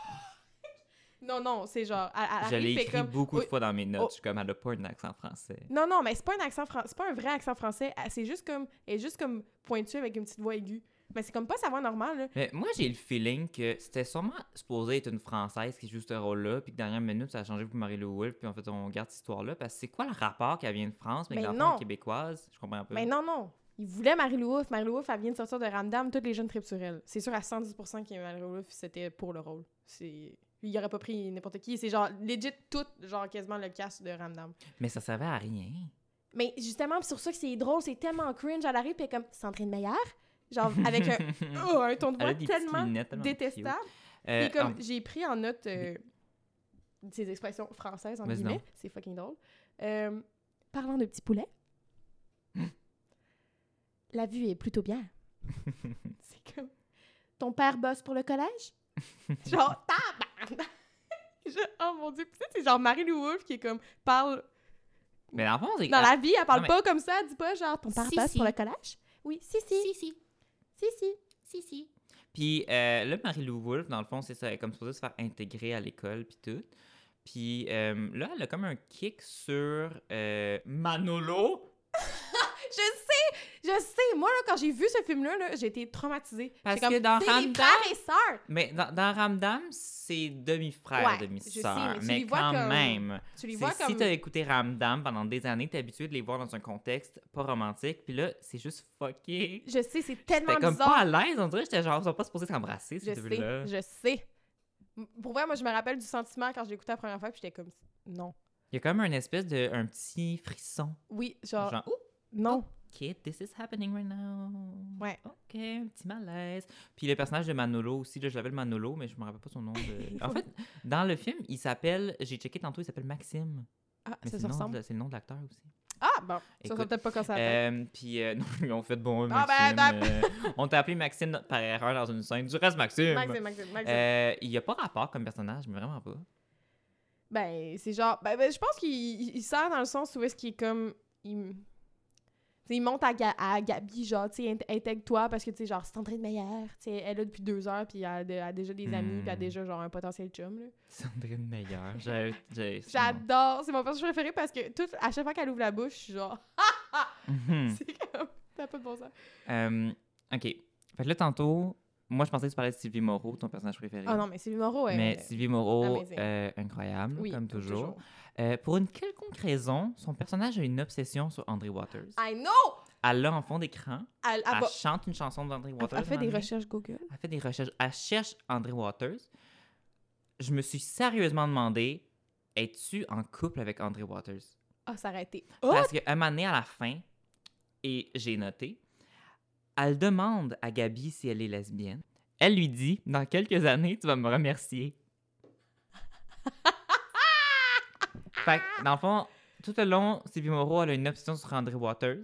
non, non, c'est genre. Elle, elle Je l'ai arrive, fait écrit comme. beaucoup de Oh, fois dans mes notes. oh. Je suis comme, elle a pas un accent français. Non, non, mais c'est pas un accent français, c'est pas un vrai accent français. Elle- C'est juste comme, elle est juste comme pointue avec une petite voix aiguë. Mais c'est comme pas sa voix normale. Là. Mais moi, j'ai le feeling que c'était sûrement supposé être une Française qui joue ce rôle-là, puis que dernière minute, ça a changé pour Marie-Lou Wolfe, puis en fait, on garde cette histoire-là, parce que c'est quoi le rapport qu'elle vient de France, mais Mais qu'elle Ben non. est québécoise? Je comprends pas. Mais non, non. Il voulait Marie-Lou Wolfe. Marie-Lou Wolfe, elle vient de sortir de Ramdam, toutes les jeunes tripsurelles. C'est sûr à 110% que Marie-Lou Wolfe, c'était pour le rôle. C'est. Il aurait pas pris n'importe qui. C'est genre, legit, tout, genre quasiment le cast de Ramdam. Mais ça servait à rien. Mais justement, pis sur ça que c'est drôle, c'est tellement cringe. Elle arrive, pis elle est comme, Sandrine Meyer? Genre, avec un, oh, un ton de Elle a voix des petites tellement lunettes tellement cute. détestable. Euh, Et comme en- j'ai pris en note euh, ces expressions françaises, en Vas-y guillemets, donc. c'est fucking drôle. Euh, parlant de petits poulets, la vue est plutôt bien. c'est comme ton père bosse pour le collège? genre, tabarnak! Je- oh mon dieu, Puis tu sais, c'est genre Marie-Lou Wolfe qui est comme, parle, Mais dans le fond, c'est dans la vie, elle parle Ah. mais- pas comme ça, elle dit pas genre, ton père Si, bosse si. pour le collège? Oui, si, si, Si, si, si, si. si, si. Puis euh, là, Marie-Lou Wolfe, dans le fond, c'est ça, elle est comme supposée se faire intégrer à l'école, puis tout. Puis euh, là, elle a comme un kick sur euh, Manolo. Je sais, je sais. Moi, là, quand j'ai vu ce film-là, -là, j'ai été traumatisée. Parce J'étais que comme, dans C'est des Ramdam- frères et sœurs. Mais dans, dans Ramdam, c'est demi-frère, Ouais, demi-sœur. je sais, mais tu mais les vois quand comme- même. Tu les C'est- vois Si comme... t'as écouté Ramdam pendant des années, t'es habitué de les voir dans un contexte pas romantique, puis là, c'est juste fucké. Je sais, c'est J'étais tellement comme pas bizarre. à l'aise, on dirait que j'étais genre, ils sont pas supposés s'embrasser, Je ces sais, deux-là. je sais. M- Pour vrai, moi, je me rappelle du sentiment quand je l'ai écouté la première fois, puis j'étais comme... Non. Il y a comme un espèce de, un petit frisson. Oui, genre... Genre, ouh, Non. kid, this is happening right now. Ouais. OK, un petit malaise. Puis le personnage de Manolo aussi, là, je l'appelle Manolo, mais je me rappelle pas son nom. de- en fait, dans le film, il s'appelle, j'ai checké tantôt, il s'appelle Maxime. Ah, Mais c'est ça se le nom ressemble. de- c'est le nom de l'acteur aussi. Ah, bon. Ça, ça Écoute, peut-être pas quand ça appelle. Euh, puis euh, non, ils ont fait bon, Ah, Maxime. ben, euh, on t'a appelé Maxime par erreur dans une scène. Du reste, Maxime. Maxime, Maxime, Maxime. Euh, il n'y a pas rapport comme personnage, mais vraiment pas. Ben, c'est genre. Ben, ben, je pense qu'il il- il sert dans le sens où est-ce qu'il est comme. Il, t'sais, il monte à, Ga- à Gabi, genre, tu sais, int- intègre-toi parce que, tu sais, genre, c'est André de Meyer. Tu sais, elle est là depuis deux heures, puis elle a, de- elle a déjà des amis, puis elle a Hmm. déjà, genre, un potentiel chum, là. Sandrine Meilleur. J'ai- j'ai- J'adore! C'est mon personnage préféré parce que, tout, à chaque fois qu'elle ouvre la bouche, je suis genre, Mhm. c'est comme. T'as pas de bon sens. Euh, OK. Fait que là, tantôt, moi, je pensais que tu parlais de Sylvie Moreau, ton personnage préféré. Ah non, mais c'est Moreau, elle. Mais Sylvie Moreau, amazing. euh, incroyable, oui, comme toujours. Euh, pour une quelconque raison, son personnage a une obsession sur André Waters. I know! Elle l'a en fond d'écran, Ah. Elle, elle elle va- chante une chanson d'André elle- Waters. elle fait des maintenant. recherches Google. Elle fait des recherches. Elle cherche André Waters. Je me suis sérieusement demandé es-tu en couple avec André Waters Ah, ça aurait été. Oh! Parce qu'un moment donné, à la fin, et j'ai noté, elle demande à Gabi si elle est lesbienne. Elle lui dit Dans quelques années, tu vas me remercier. fait que, dans le fond, tout le long, Sylvie Moreau, elle a une option sur André Waters.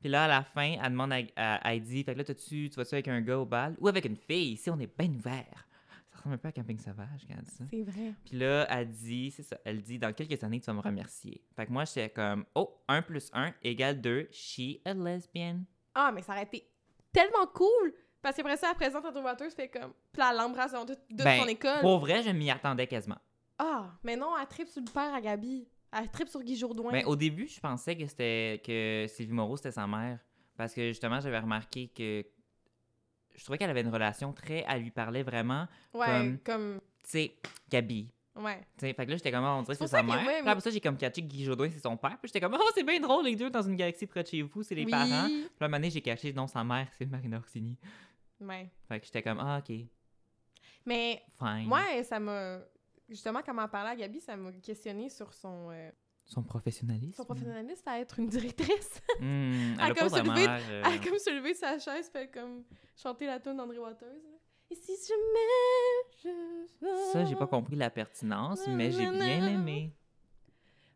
Puis là, à la fin, elle demande à, à- elle dit Fait que là, t'as-tu- tu vas-tu avec un gars au bal ou avec une fille Ici, on est bien ouvert. Ça ressemble un peu à Camping Sauvage quand elle dit ça. C'est vrai. Puis là, elle dit, c'est ça, elle dit, dans quelques années, tu vas me remercier. Fait que moi, j'étais comme, oh, 1 plus 1 égale 2, she a lesbian. Ah, mais ça aurait été tellement cool! Parce qu'après ça, elle présente Andrew Waters, fait comme. Puis elle l'embrasse dans toute, toute Ben, son école. Pour vrai, je m'y attendais quasiment. Ah, mais non, elle tripe sur le père à Gabi. Elle tripe sur Guy Jourdouin. Mais au début, je pensais que c'était que Sylvie Moreau, c'était sa mère. Parce que justement, j'avais remarqué que je trouvais qu'elle avait une relation très, elle lui parlait vraiment, ouais, comme. tu sais, Gabi. Ouais. Tu sais, fait que là, j'étais comme, Ah, on dirait que c'est C'est pour ça sa que mère. moi, Puis après ça, j'ai comme catché que Guy Jodoin, c'est son père. Puis j'étais comme, oh, c'est bien drôle, les deux dans une galaxie près de chez vous, c'est les oui. parents. Puis là, un moment donné, j'ai caché, non, sa mère, c'est Marina Orsini. Ouais. Fait que j'étais comme, ah, ok, Mais fine. moi, ça m'a. Justement, comme en parlait à Gabi, ça m'a questionné sur son, euh, Son professionnalisme. son professionnalisme à être une directrice. Hmm, elle Elle a a comme pas vraiment soulevé- l'air, euh, Elle a comme se lever de sa chaise, puis elle a comme chanter la tune d'André Waters. là. Et si jamais je. Ça, j'ai pas compris la pertinence, mais j'ai bien Nanana. aimé.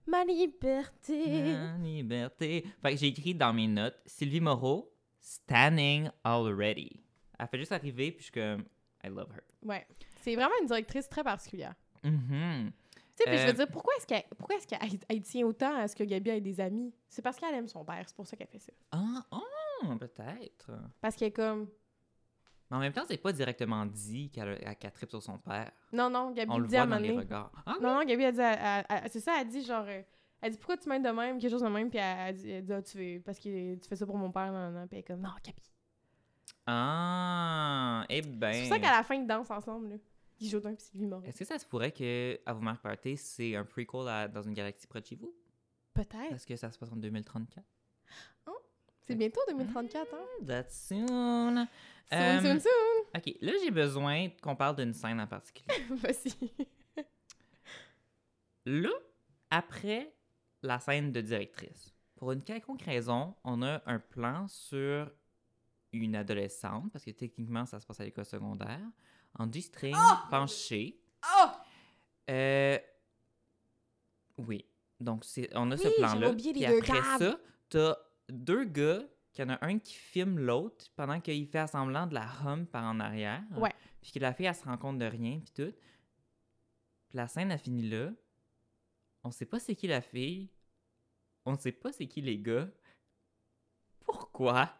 Ma liberté. La liberté. Fait que j'ai écrit dans mes notes Sylvie Moreau, standing already. Elle fait juste arriver, puis je suis comme, I love her. Ouais. C'est vraiment une directrice très particulière. Mhm. Tu sais, puis je veux Euh, dire, pourquoi est-ce qu'elle pourquoi est-ce qu'elle elle tient autant à ce que Gabi ait des amis? C'est parce qu'elle aime son père, c'est pour ça qu'elle fait ça. Ah, ah, peut-être. Parce qu'elle est comme. Mais en même temps, c'est pas directement dit qu'elle a- qu'elle tripe sur son père. Non, non, Gabi On le dit à un voit dans moment les donné. regards. Ah, Non, non, Gabi, elle dit. elle- elle- elle- C'est ça, elle dit genre. euh, Elle dit pourquoi tu m'aides de même, quelque chose de même, puis elle, elle dit, elle dit, Ah, tu fais, parce que tu fais ça pour mon père, non, non, non. puis elle est comme non, Gabi. ah eh ben. C'est pour ça qu'à la fin, ils dansent ensemble, là. Ils jouent d'un puis Sylvie Moreau. Est-ce que ça se pourrait que À vous marque Party, c'est un prequel à Dans une galaxie près de chez vous? Peut-être. Parce que ça se passe en 2034. C'est bientôt 2034, hein? That's soon. Soon, soon, Euh, soon. OK, là, j'ai besoin qu'on parle d'une scène en particulier. Vas-y. là, après la scène de directrice, pour une quelconque raison, on a un plan sur une adolescente, parce que techniquement, ça se passe à l'école secondaire, en distrait, Ah! penchée. Euh, oui. Donc, c'est, on a ce Oui, j'avais plan-là. oublié les Puis deux après tables. ça, t'as deux gars, qu'il y en a un qui filme l'autre pendant qu'il fait semblant de la hum par en arrière. Ouais. Puis que la fille, elle se rend compte de rien, puis tout. Puis la scène a fini là. On sait pas c'est qui la fille. On sait pas c'est qui les gars. Pourquoi?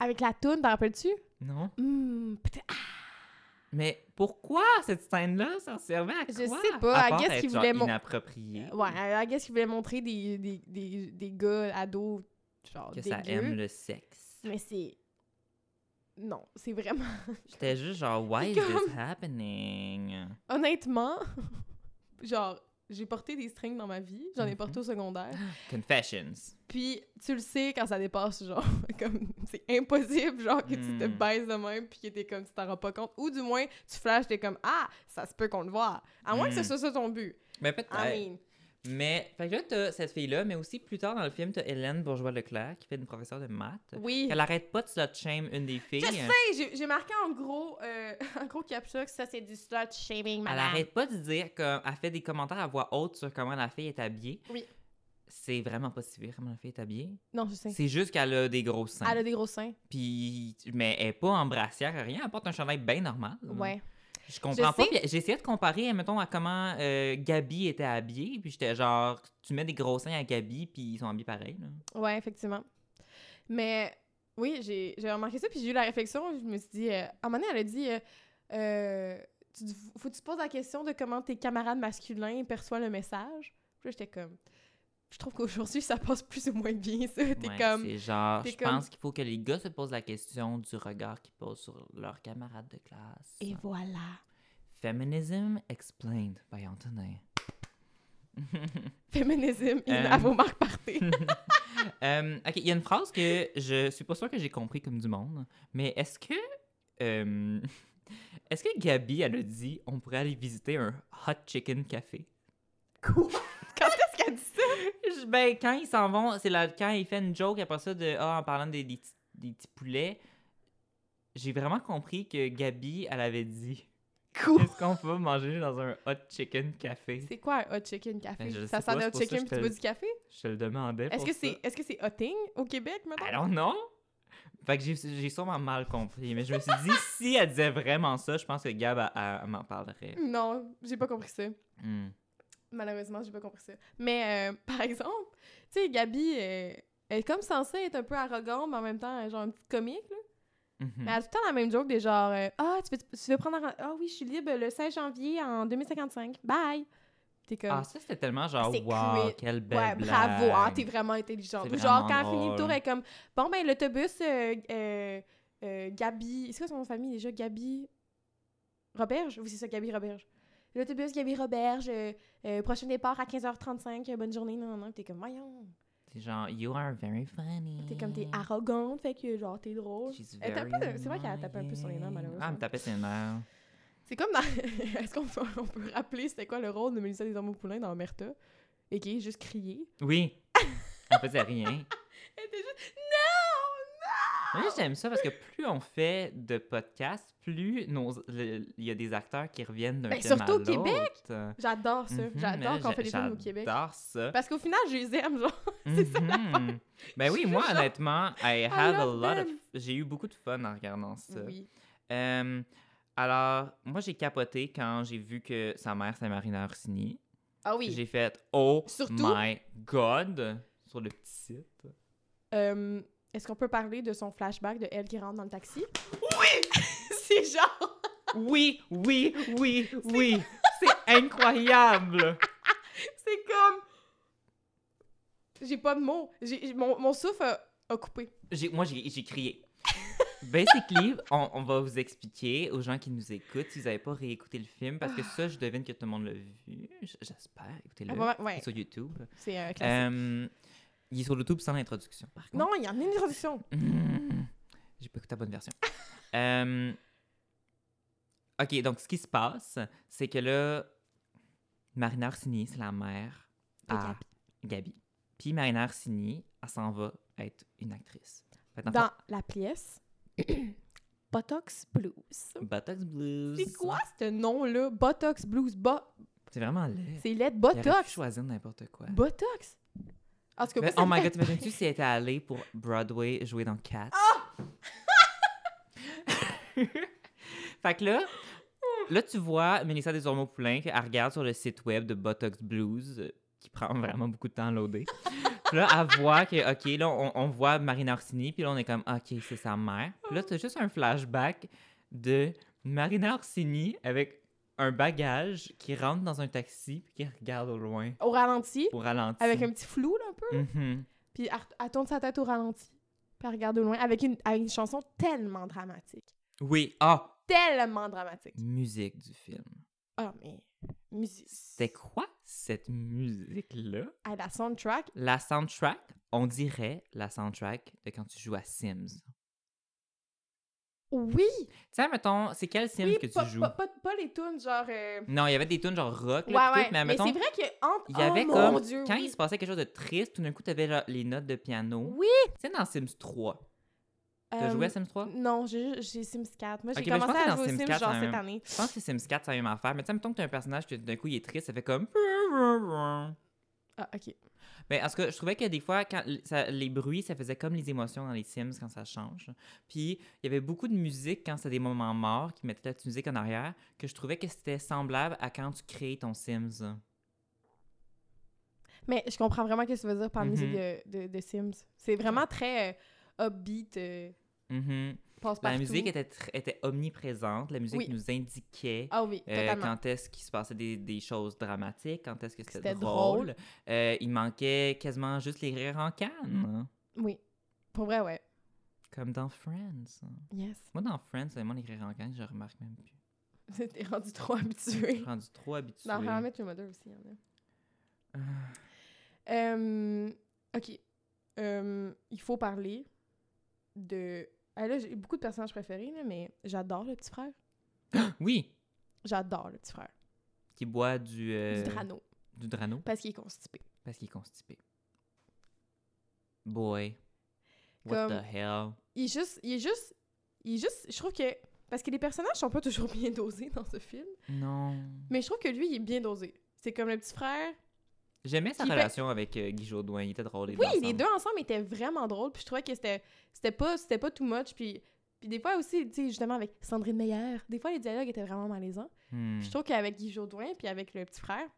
Avec la toune, t'en rappelles-tu? Non. Hmm, peut-être. ah, Mais pourquoi cette scène-là, ça servait à quoi? Je sais pas, I À part guess être qu'ils genre voulaient mon- inapproprié. Ouais, I guess qu'ils voulaient montrer des, des, des, des gars ados, genre Que dégueux. ça aime le sexe. Mais c'est... Non, c'est vraiment... J'étais juste genre, why is comme- this happening? Honnêtement, genre, j'ai porté des strings dans ma vie. J'en ai Mhm. porté au secondaire. Confessions. Puis tu le sais quand ça dépasse, genre, comme c'est impossible, genre, que tu te Mm. baisses de même puis que t'es comme, tu t'en rends pas compte. Ou du moins, tu flashes, t'es comme, ah, ça se peut qu'on le voit. À moins que ce Mm. soit ça ton but. Mais peut-être. I mean, Mais, fait que là, t'as cette fille-là, mais aussi plus tard dans le film, t'as Hélène Bourgeois-Leclerc qui fait une professeure de maths. oui. Elle arrête pas de slut shame une des filles. hein. Je sais, j'ai- j'ai marqué en gros, euh, en gros caption que ça, c'est du slut shaming, Elle madame. arrête pas de dire comme elle fait des commentaires à voix haute sur comment la fille est habillée. Oui. C'est vraiment pas si pire comment la fille est habillée. Non, je sais. C'est juste qu'elle a des gros seins. Elle a des gros seins. Puis, mais elle est pas en brassière, rien. Elle porte un chandail bien normal. Ouais. Je comprends pas. sais. puis J'ai essayé de comparer, mettons, à comment euh, Gabi était habillée. Puis j'étais genre, tu mets des gros seins à Gabi, puis ils sont habillés pareil. là. Ouais, effectivement. Mais oui, j'ai j'ai remarqué ça, puis j'ai eu la réflexion, je me suis dit... euh, à un moment donné, elle a dit... euh, euh, tu, dis- faut que tu te poses la question de comment tes camarades masculins perçoivent le message. Puis là, j'étais comme... Je trouve qu'aujourd'hui, ça passe plus ou moins bien, ça. T'es Ouais, comme... C'est genre, t'es je comme- pense qu'il faut que les gars se posent la question du regard qu'ils posent sur leurs camarades de classe. Et voilà. Feminism explained by Antonin. Féminisme, il Euh, à vos marques partez. Euh, ok, il y a une phrase que je suis pas sûre que j'ai compris comme du monde, mais est-ce que. euh, est-ce que Gabi, elle a dit on pourrait aller visiter un hot chicken café? Quand est-ce qu'elle dit ça? Je- Ben, quand ils s'en vont, c'est la- quand il fait une joke après ça de Ah, en parlant des, des petits- des petits poulets, j'ai vraiment compris que Gabi, elle avait dit Cool. Est-ce qu'on peut manger dans un hot chicken café? C'est quoi un hot chicken café? Ben, je ça sais sent pas, le c'est hot pour ça que chicken puis je tu te- bois du café? Je te le demandais. Est-ce pour que ça. c'est est-ce que c'est hotting au Québec, maintenant? I don't know. Fait que j'ai- j'ai sûrement mal compris, mais je me suis dit, si elle disait vraiment ça, je pense que Gab, elle, elle- elle m'en parlerait. Non, j'ai pas compris ça. Hmm. Malheureusement, j'ai pas compris ça. Mais euh, par exemple, tu sais, Gabi, euh, elle est comme censée être un peu arrogante, mais en même temps, euh, genre, une petite comique, là. Mhm. Mais elle a tout le temps la même joke, des genre, euh, ah, tu, veux, tu veux prendre. un- Ah oui, je suis libre le 16 janvier en 2055. Bye! T'es comme. Ah, ça, c'était tellement genre, C'est wow, cruel. quelle belle Ouais, bravo! Ah, blague. t'es vraiment intelligente. C'est Ou genre, vraiment quand elle finit le drôle. tour, elle est comme, bon, ben, l'autobus, euh, euh, euh, Gabi. C'est quoi son nom de famille déjà? Gabi. Roberge? Oui, c'est ça, Gabi Roberge. L'autobus, Gabi Roberge, euh, euh, prochain départ à 15h35, euh, bonne journée, non, non, non. T'es comme, voyons. T'es genre, you are very funny. T'es comme t'es arrogante, fait que genre t'es drôle. She's Elle tape very pas- c'est vrai qu'elle tapait un peu sur les nerfs, annoying. malheureusement. Ah, elle me tapait ses nerfs. C'est comme dans. Est-ce qu'on peut, on peut rappeler c'était quoi le rôle de Mélissa des Poulain dans Omerta? Et qui est juste crier. Oui. Elle faisait rien. Elle était juste Non! Moi, j'aime ça parce que plus on fait de podcasts, plus nos- le- il y a des acteurs qui reviennent d'un Ben, film surtout à au Québec! l'autre. J'adore ça. Mhm, J'adore mais qu'on j'a- fait des films au Québec. J'adore ça. Parce qu'au final, je les aime, genre. c'est ça, Mhm. Ben oui, Je moi, suis genre, honnêtement, I had a love lot of... them. J'ai eu beaucoup de fun en regardant ça. Oui. Euh, alors, moi, j'ai capoté quand j'ai vu que sa mère, c'est Marina Orsini. Ah oui. J'ai fait « Oh Surtout- my God! » sur le petit site. Euh, Est-ce qu'on peut parler de son flashback de elle qui rentre dans le taxi? Oui! c'est genre. Oui, oui, oui, oui! C'est incroyable! C'est comme. J'ai pas de mots. J'ai- j'ai- Mon, mon souffle a, a coupé. J'ai- moi, j'ai j'ai crié. Basically, on, on va vous expliquer aux gens qui nous écoutent, si vous n'avez pas réécouté le film, parce que ça, je devine que tout le monde l'a vu. J- J'espère. Écoutez-le. Ah, vraiment, ouais, Sur YouTube. c'est un classique. Euh, il est sur YouTube sans introduction, par contre. Non, il y en a une introduction. Mmh. J'ai pas écouté la bonne version. Euh, ok, donc ce qui se passe, c'est que là, Marina Orsini, c'est la mère De à Gabi. Puis Marina Orsini, elle s'en va être une actrice. Fait, dans le Dans la pièce. Botox Blues. fond, Botox Blues. C'est quoi ce nom-là? Botox Blues. Bo... C'est vraiment laid. C'est lettre Il aurait pu Botox. choisir n'importe quoi. Botox. En tout cas, Mais, moi, oh ça my me- god, t'imagines-tu si elle était allée pour Broadway jouer dans Cats? Ah! fait que là, là, tu vois Mélissa Desormeaux-Poulain qu'elle regarde sur le site web de Botox Blues, euh, qui prend vraiment beaucoup de temps à loader. Puis là, elle voit que, OK, là, on, on voit Marina Orsini, puis là, on est comme, OK, c'est sa mère. Puis là, t'as juste un flashback de Marina Orsini avec un bagage qui rentre dans un taxi puis qui regarde au loin Au ralenti, pour ralentir. avec un petit flou, là, un peu. Mhm. Puis elle, elle tourne sa tête au ralenti. Puis elle regarde au loin avec une, avec une chanson tellement dramatique. Oui, ah, Tellement dramatique. Mm. musique du film. Oh, mais... Musique. C'est quoi cette musique-là? Ah, la soundtrack. La soundtrack, on dirait la soundtrack de quand tu joues à Sims. Oui! Tiens, mettons, c'est quel Sims oui, que tu pas, joues? pas- pas- pas les tunes, genre... euh, Non, il y avait des tunes genre rock, Ouais, là, pis tout, ouais. mais mettons, c'est vrai que entre... il y avait oh, comme, mon Dieu, quand oui. il se passait quelque chose de triste, tout d'un coup, t'avais genre, les notes de piano. Oui! Tu sais, dans Sims 3, t'as euh, joué à Sims 3? Non, j'ai j'ai Sims 4. Moi, j'ai Ok, mais je commencé pense que à dans jouer aux Sims Sims, 4, genre ça a cette un- année. Je pense que Sims 4, c'est la même affaire, mais tu sais, mettons que t'as un personnage que d'un coup, il est triste, ça fait comme... Ah, ok. Ben, en tout cas, je trouvais que des fois, quand l- ça- les bruits, ça faisait comme les émotions dans les Sims quand ça change. Puis, il y avait beaucoup de musique quand c'était des moments morts qui mettaient la petite musique en arrière, que je trouvais que c'était semblable à quand tu crées ton Sims. Mais je comprends vraiment ce que tu veux dire par Mhm. musique de, de, de Sims. C'est vraiment très euh, upbeat, euh, Mhm. passe-partout. La musique était, tr- était omniprésente, la musique Oui. nous indiquait Ah oui, euh, totalement. quand est-ce qu'il se passait des, des choses dramatiques, quand est-ce que c'était C'était drôle. drôle. Euh, il manquait quasiment juste les rires en Mm. canne, hein, Oui. Pour vrai, ouais. comme dans Friends. Yes. Moi, dans Friends, vraiment, les rires en canne, je remarque même plus. T'es rendu trop Je habitué. suis rendu trop Ah. habitué. Dans How I Met Your Mother aussi, il y en a. Euh, ok. Euh, il faut parler de... Ah, là, j'ai beaucoup de personnages préférés, là, mais j'adore le petit frère. Oui, J'adore le petit frère. qui boit du... euh, Du Drano, du Drano, parce qu'il est constipé. parce qu'il est constipé. Boy. What Comme- the hell? il est juste, il est juste, il est juste, je trouve que, parce que les personnages sont pas toujours bien dosés dans ce film, Non. mais je trouve que lui, il est bien dosé. C'est comme le petit frère. J'aimais sa Qui fait- relation avec euh, Guy Jodoin. Il était drôle. Oui, deux les ensemble. deux ensemble étaient vraiment drôles, puis je trouvais que c'était, c'était pas, c'était pas too much, puis, puis des fois aussi, tu sais, justement avec Sandrine Meyer, des fois les dialogues étaient vraiment malaisants. Hmm. Puis je trouve qu'avec Guy Jodoin, puis avec le petit frère,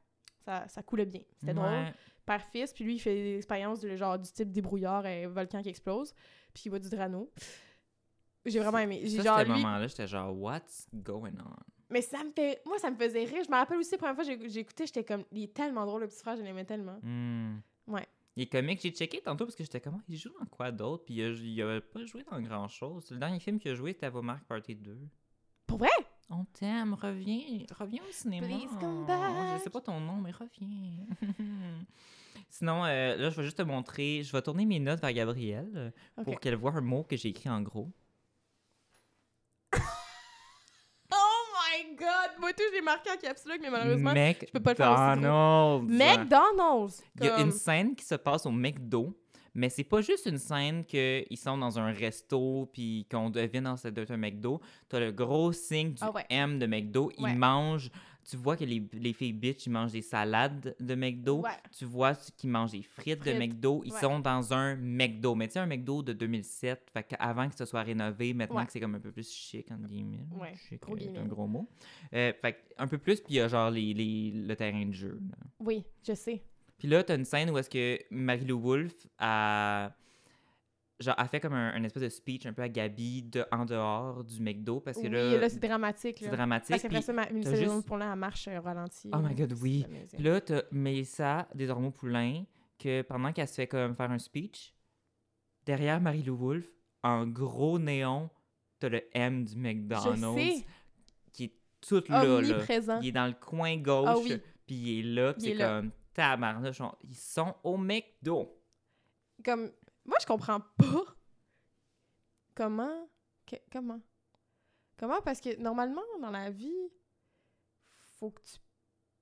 ça, ça coulait bien. C'était drôle. Ouais. Père-fils, puis lui, il fait des expériences du genre du type débrouillard, et volcan qui explose, puis il voit du drano. J'ai vraiment aimé. J'ai Ça, genre c'était le lui, moment-là, j'étais genre, what's going on? Mais ça me fait. Moi, ça me faisait rire. Je me rappelle aussi, la première fois que j'ai- j'ai écouté, j'étais comme. Il est tellement drôle, le petit frère, je l'aimais tellement. Hmm. Ouais. Il est comique. J'ai checké tantôt parce que j'étais comme, Ah, il joue dans quoi d'autre? Puis il a, il a pas joué dans grand-chose. Le dernier film qu'il a joué, c'était Avomark Party 2. Pour vrai? On t'aime, reviens, reviens au cinéma. Please come back. Je sais pas ton nom, mais reviens. Sinon, euh, là, je vais juste te montrer. Je vais tourner mes notes vers Gabrielle euh, Ok. pour qu'elle voit un mot que j'ai écrit en gros. Oh my god! Moi, tout, j'ai marqué en caps lock, mais malheureusement, McDonald's. peux pas le faire aussi McDonald's! Il y a comme- une scène qui se passe au McDo, mais c'est pas juste une scène qu'ils sont dans un resto puis qu'on devine dans c'est un McDo. T'as le gros signe du Ah ouais. M de McDo. Ils Ouais. mangent. Tu vois que les, les filles bitch, ils mangent des salades de McDo. Ouais. Tu vois ce- qu'ils mangent des frites, de Frites, McDo. Ils ouais. sont dans un McDo. Mais tu sais, un McDo de 2007, fait avant que ce soit rénové, maintenant Ouais. que c'est comme un peu plus chic, entre guillemets. Ouais, Chic, gros euh, c'est un guillemets. gros mot. Euh, fait que un peu plus, puis il y a genre les, les- le terrain de jeu. là. Oui, je sais. Puis là, t'as une scène où est-ce que Marie-Lou Wolfe a... Genre, a fait comme un, un espèce de speech un peu à Gabi de, en dehors du McDo parce que oui, là, là, c'est dramatique. c'est Là. dramatique. Parce qu'après Puis ça, ma, Mélissa t'as Jones, juste- pour là, elle marche euh, ralenti. Oh my God, C'est oui. amazing. puis là, t'as Mélissa Desormeaux-Poulain que pendant qu'elle se fait comme faire un speech, derrière Marie-Lou Wolfe, en gros néon, t'as le M du Je McDonald's sais, Ah, qui est tout là, là. omniprésent. Il est dans le coin gauche, Ah oui. puis il est là, Il puis c'est est là. comme tabarnouche. on- Ils sont au McDo. Comme, moi, je comprends pas comment... que- comment? Comment? Parce que, normalement, dans la vie, faut que tu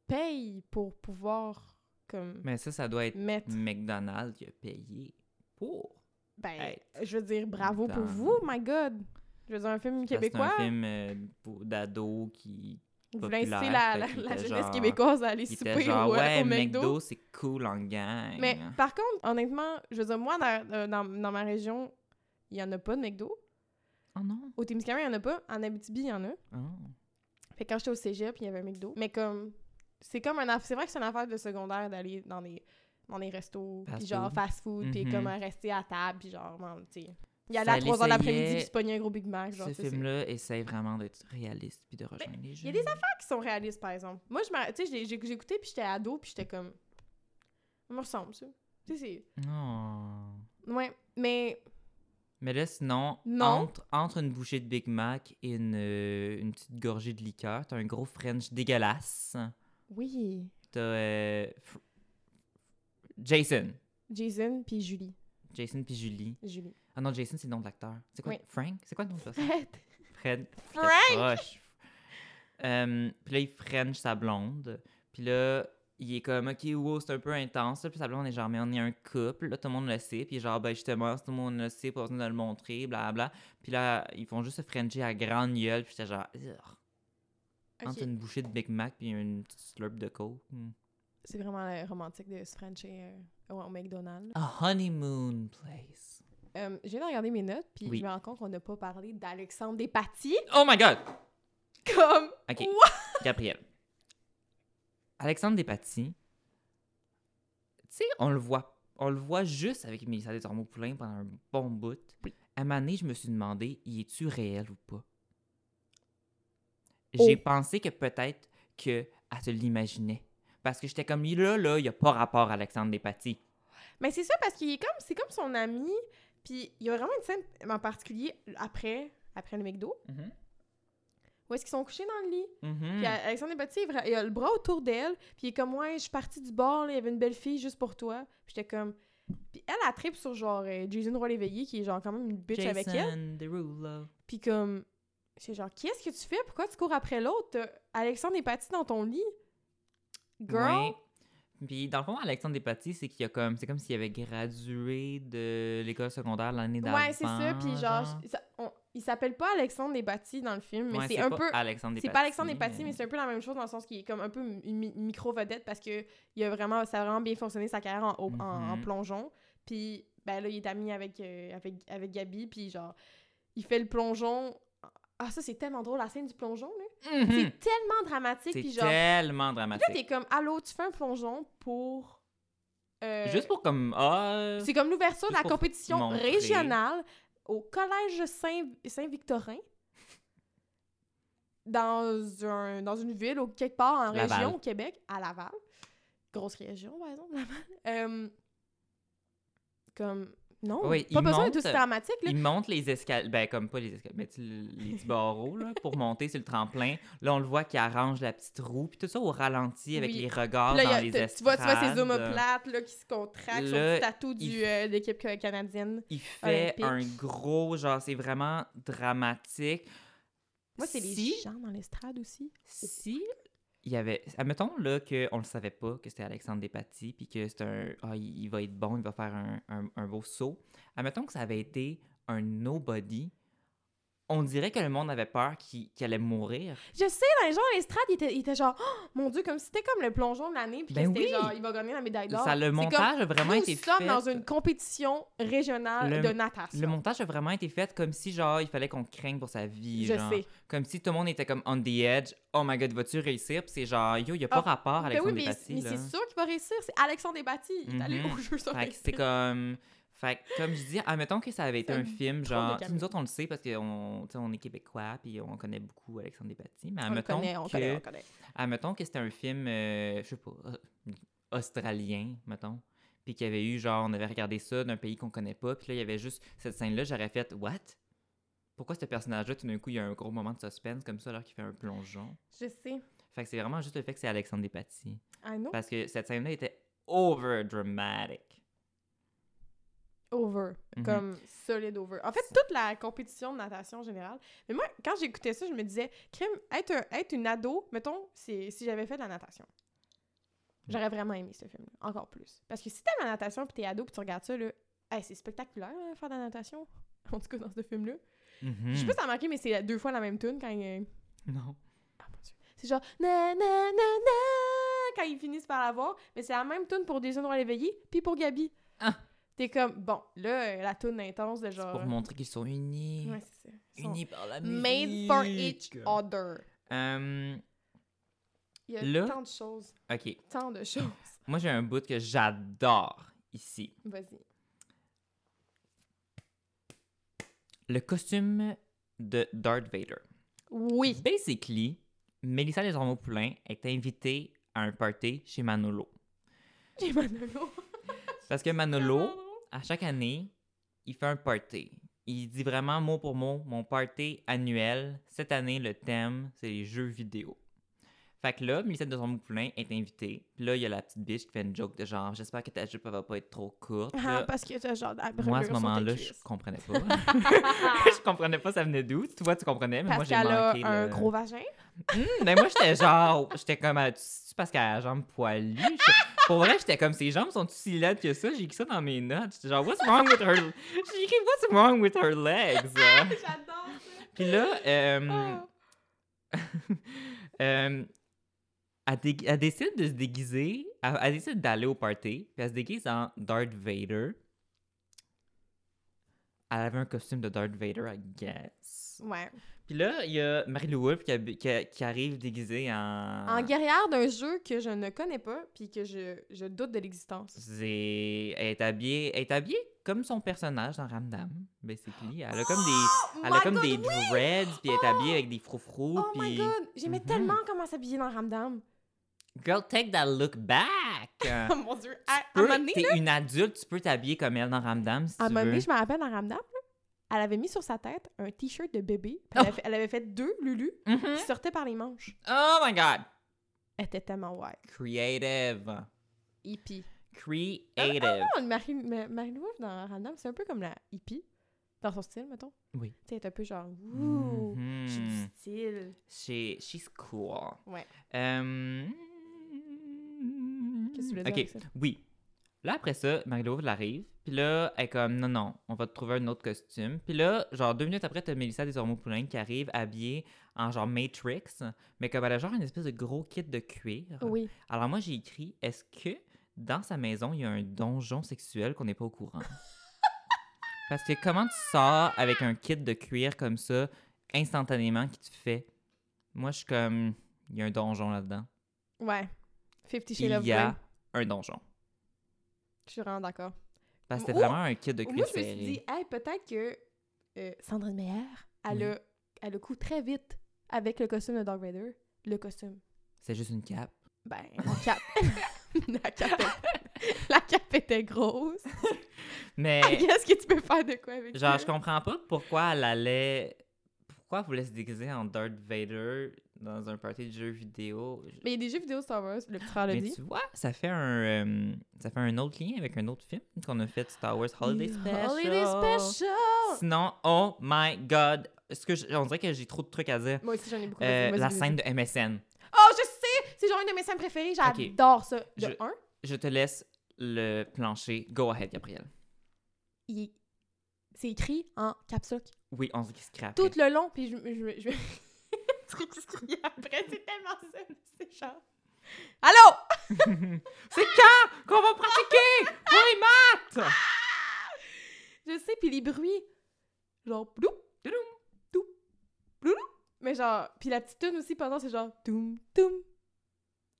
payes pour pouvoir, comme, Mais ça, ça doit être mettre... McDonald's qui a payé pour. Ben, être je veux dire, bravo pour dans- vous, my God! Je veux dire, un film Parce que C'est québécois, un film euh, pour- d'ado qui, vous voulez populaire, inciter la, fait la, qu'il la était jeunesse genre- québécoise à aller qui souper était genre, au, euh, ouais, au McDo. McDo, c'est cool en gang. Mais par contre, honnêtement, je veux dire, moi, dans, euh, dans, dans ma région, il n'y en a pas de McDo. Oh non. Au Témiscamingue, il n'y en a pas. En Abitibi, il y en a. Oh. Fait que quand j'étais au cégep, il y avait un McDo. Mais comme, c'est comme un... aff- C'est vrai que c'est une affaire de secondaire d'aller dans des, dans des restos, Fast puis genre food. fast-food, puis Mhm. comme euh, rester à table, puis genre, man, tu sais... Il y Ça allait à 3 h de l'après-midi, l'essayait. puis se pogner un gros Big Mac, genre, Ce tu sais, c'est- film-là essaye vraiment d'être réaliste puis de rejoindre les il y gens. a des qui sont réalistes, par exemple. Moi, je m'a- tu sais, j'ai- j'ai- j'écoutais, puis j'étais ado, puis j'étais comme... Ça me ressemble, ça. Tu sais, c'est... Non. Ouais, mais... Oh. Mais là, sinon, Non. Entre, entre une bouchée de Big Mac et une, euh, une petite gorgée de liqueur, t'as un gros French dégueulasse. Oui, T'as euh, Fr- Jason. Jason, puis Julie. Jason puis Julie. Julie. Ah non, Jason, c'est le nom de l'acteur. C'est quoi? Oui. Frank? C'est quoi le nom de l'acteur? Fred! Fred. Frank! J'étais proche. Euh, puis là, il French sa blonde. Puis là, il est comme, OK, wow, c'est un peu intense. là. Puis sa blonde est genre, mais on est un couple. Là, tout le monde le sait. Puis genre, ben justement, si tout le monde le sait, pas besoin de le montrer, blablabla. Puis là, ils font juste se Frencher à grande gueule. Puis j'étais genre, Ugh. entre Ok. une bouchée de Big Mac puis une petite slurp de coke. Hmm. C'est vraiment euh, romantique de se frencher euh, au au McDonald's. A honeymoon place. Euh, je viens de regarder mes notes, puis Oui. je me rends compte qu'on n'a pas parlé d'Alexandre Despatie. Oh my God! Comme... OK. What? Gabriel. Alexandre Despatie, tu sais, on le voit. On le voit juste avec Mélissa Desormeaux-Poulain pendant un bon bout. À un moment donné, je me suis demandé, y est-tu réel ou pas? J'ai pensé que peut-être qu'elle se l'imaginait. Parce que j'étais comme, là, là, il n'y a pas rapport à Alexandre Despatie. Mais c'est ça, parce qu'il est comme... C'est comme son ami, puis il y a vraiment une scène en particulier après, après le McDo, Mhm. où est-ce qu'ils sont couchés dans le lit. Mhm. Puis Alexandre Despatie, il vra- il a le bras autour d'elle, puis il est comme, ouais, je suis partie du bord, là, il y avait une belle fille juste pour toi. Puis j'étais comme... Puis elle, elle tripe sur, genre, euh, Jason Roy-Léveillé, qui est, genre, quand même une bitch avec elle. Jason Derulo. Puis comme, c'est genre, qu'est-ce que tu fais? Pourquoi tu cours après l'autre? T'as Alexandre est parti dans ton lit. Girl, Ouais. Puis dans le fond, Alexandre Despatie, c'est qu'il y a comme c'est comme s'il avait gradué de l'école secondaire l'année ouais, d'avant. c'est ça. Puis genre, ça- on- il s'appelle pas Alexandre Despatie dans le film, mais Ouais, c'est un pas peu. Alexandre C'est Despatie, pas Alexandre Despatie, mais c'est un peu la même chose dans le sens qu'il est comme un peu une mi- micro-vedette parce que il a vraiment, ça a vraiment bien fonctionné sa carrière en, au- en- en Mhm. plongeon. Puis ben là, il est ami avec, euh, avec, avec Gabi, puis genre, il fait le plongeon. Ah, ça, c'est tellement drôle, la scène du plongeon, là. Mhm. C'est tellement dramatique, C'est puis genre. tellement Puis là, dramatique. t'es comme, allô, tu fais un plongeon pour. euh, Juste pour comme ah. C'est comme l'ouverture de juste la pour compétition montrer. régionale au Collège Saint- Saint-Victorin. dans, un, dans une ville ou quelque part en Laval. région au Québec, à Laval. Grosse région, par exemple, Laval. Euh, comme, Non, Oui, pas il besoin monte. d'être aussi dramatique. Là. Il monte les escaliers, ben comme pas les escaliers, mais tu sais, les petits barreaux là, pour monter sur le tremplin. Là, on le voit qui arrange la petite roue, puis tout ça au ralenti avec Oui. les regards Puis là, il y dans les a- tu- estrades. tu vois, tu vois ces omoplates là, qui se contractent sur Là, le petit tatou du, il- euh, de l'équipe ca- canadienne. Il fait Olympique. un gros, genre, c'est vraiment dramatique. Moi, c'est les Si- gens dans l'estrade aussi. si il y avait admettons là que on le savait pas que c'était Alexandre Despatie puis que c'est un ah il, il va être bon il va faire un, un- un beau saut admettons que ça avait été un nobody on dirait que le monde avait peur qu'il qu'il allait mourir Je sais, dans les gens dans l'estrade, ils étaient, ils étaient genre, Oh, mon Dieu, comme si c'était comme le plongeon de l'année, puis que Ben c'était oui. genre, il va gagner la médaille d'or. ça le C'est montage a comme, vraiment nous été sommes fait dans une compétition régionale Le- de natation. le montage a vraiment été fait comme si genre il fallait qu'on craigne pour sa vie Je genre. sais. comme si tout le monde était comme on the edge oh my god vas-tu réussir puis c'est genre yo il y a pas Ah, rapport Ben Alexandre oui, mais, Despatie mais là. c'est sûr qu'il va réussir. C'est Alexandre Desbattis. Il est allé Mhm. au jeu sur Fait que c'est comme. Fait que comme je dis, admettons que ça avait été Ça un film, prend des genre. tu sais, caméras. Nous autres, on le sait parce qu'on on est québécois puis on connaît beaucoup Alexandre Despatie, mais On le admettons, connaît, on que, connaît, on connaît. admettons que c'était un film, euh, je sais pas, euh, australien, mettons. Puis qu'il y avait eu, genre, on avait regardé ça d'un pays qu'on connaît pas, puis là, il y avait juste cette scène-là, j'aurais fait, what? Pourquoi ce personnage-là, tout d'un coup, il y a un gros moment de suspense comme ça alors qu'il fait un plongeon? Je sais. Fait que c'est vraiment juste le fait que c'est Alexandre Despatie. I know. Parce que cette scène-là était over dramatic. Over. Mhm. Comme solide over. En fait, toute la compétition de natation en général. Mais moi, quand j'écoutais ça, je me disais, crime, être, un- être une ado, mettons, c'est- si j'avais fait de la natation. Mhm. J'aurais vraiment aimé ce film encore plus. Parce que si t'aimes la natation puis t'es ado puis tu regardes ça, là, hey, c'est spectaculaire hein, faire de la natation. En tout cas, dans ce film-là. Je sais Mhm. pas si t'as remarqué, mais c'est deux fois la même tune quand il- Non. Ah, mon Dieu. C'est genre na na na na quand ils finissent par l'avoir, mais c'est la même tune pour Jason Roy l'éveillé puis pour Gabi. Ah. T'es comme bon, là euh, la tune intense de genre pour montrer qu'ils sont unis. Ouais, c'est ça. Ils sont unis par la Made musique. for each other. Euh, Il y a Là- tant de choses, OK. tant de choses. Moi, j'ai un bout que j'adore ici. Vas-y. Le costume de Darth Vader. Oui. Basically, Mélissa Desormeaux-Poulain est invitée à un party chez Manolo. J'ai Manolo. Parce que Manolo, à chaque année, il fait un party. Il dit vraiment mot pour mot, mon party annuel, cette année, le thème, c'est les jeux vidéo. Fait que là, Mélissa de Poulain est invitée. Puis là, il y a la petite biche qui fait une joke de genre, j'espère que ta jupe elle va pas être trop courte. Ah, Là, parce que t'as genre la moi, à brûlure ce sur tes moment-là, je cuisses. comprenais pas. je comprenais pas, ça venait d'où. Toi, tu comprenais, mais Parce moi, j'ai qu'elle a manqué. un le- gros vagin. Hmm, mais moi, j'étais genre, j'étais comme, ah, tu sais parce qu'elle a la jambe poilue. J'étais- Pour vrai, j'étais comme, ses jambes sont si laides que ça. J'ai écrit ça dans mes notes. J'étais genre, what's wrong with her. J'ai écrit, what's wrong with her legs. J'adore Puis là, euh, ça. euh, elle, dé- elle décide de se déguiser. Elle, elle décide d'aller au party. Puis elle se déguise en Darth Vader. Elle avait un costume de Darth Vader, I guess. Ouais. Puis là, il y a Marie-Lou Wolfe qui, hab- qui- qui arrive déguisée en... En guerrière d'un jeu que je ne connais pas puis que je, je doute de l'existence. C'est... Elle est habillée... Elle est habillée comme son personnage dans Ramdam, basically. Elle a comme des... elle Oh my a comme God, des oui! dreads, puis elle est habillée avec des froufrous, Oh my puis... god, j'aimais Mhm. tellement comment s'habiller dans Ramdam. Girl, take that look back! Oh mon dieu, à, à un Peu- moment donné, T'es une adulte, tu peux t'habiller comme elle dans Ramdam, si à un tu moment veux. donné, je me rappelle dans Ramdam, là, elle avait mis sur sa tête un t-shirt de bébé. Oh. puis Elle, avait fait, elle avait fait deux Lulu Mhm. qui sortaient par les manches. Oh my God! Elle était tellement wild. Creative. Hippie. Creative. Non, Marie- Ma- Marie-Lou Wolfe dans Ramdam, c'est un peu comme la hippie, dans son style, mettons. Oui. Tu sais, elle est un peu genre, ouh, je suis Mhm. du style. She, she's cool. Ouais. Euh, Qu'est-ce que tu voulais dire OK, avec ça? oui. Là, après ça, Marie-Lauve arrive. Puis là, elle est comme, non, non, on va te trouver un autre costume. Puis là, genre, deux minutes après, t'as Mélissa Desormeaux-Poulain qui arrive habillée en genre Matrix, mais comme elle a genre une espèce de gros kit de cuir. Oui. Alors moi, j'ai écrit, est-ce que dans sa maison, il y a un donjon sexuel qu'on n'est pas au courant? Parce que comment tu sors avec un kit de cuir comme ça, instantanément, qui te fait... Moi, je suis comme, il y a un donjon là-dedans. Ouais. Fifty Shades of Il y Grey. a un donjon. Je suis vraiment d'accord. Parce que Ou- c'était vraiment un kit de Moi, cuir je me suis dit, serré. hey, peut-être que euh, Sandrine Meyer, elle, Oui. a, elle a coupé très vite avec le costume de Dark Vader. Le costume. C'est juste une cape. Ben, la cape. la, cape est- la cape était grosse. Mais Qu'est-ce que tu peux faire de quoi avec Eh. genre, ça? je comprends pas pourquoi elle allait. Pourquoi elle voulait se déguiser en Darth Vader dans un party de jeux vidéo. Je- Mais il y a des jeux vidéo Star Wars, le petit frère l'a Mais dit. tu vois, ça fait un euh, ça fait un autre lien avec un autre film qu'on a fait Star Wars Holiday Special. Holiday Oh, Special! Sinon, oh my god, ce que je- on dirait que j'ai trop de trucs à dire. Moi aussi, j'en ai beaucoup. Euh, vas-y, la vas-y. scène de MSN. Oh, je sais! C'est genre une de mes scènes préférées. J'adore ça. De Je- un, Je te laisse le plancher. Go ahead, Gabriel. il... c'est écrit en caps lock. Oui, on se scrape. tout le long, puis je... je, je... Le truc qui se crie après, c'est tellement ça. C'est genre... Allô? C'est quand qu'on va pratiquer pour les maths? Je sais, puis les bruits. Genre, blou, Touloum. tout, blou, Mais genre, puis la petite tune aussi pendant, c'est genre, toum, toum,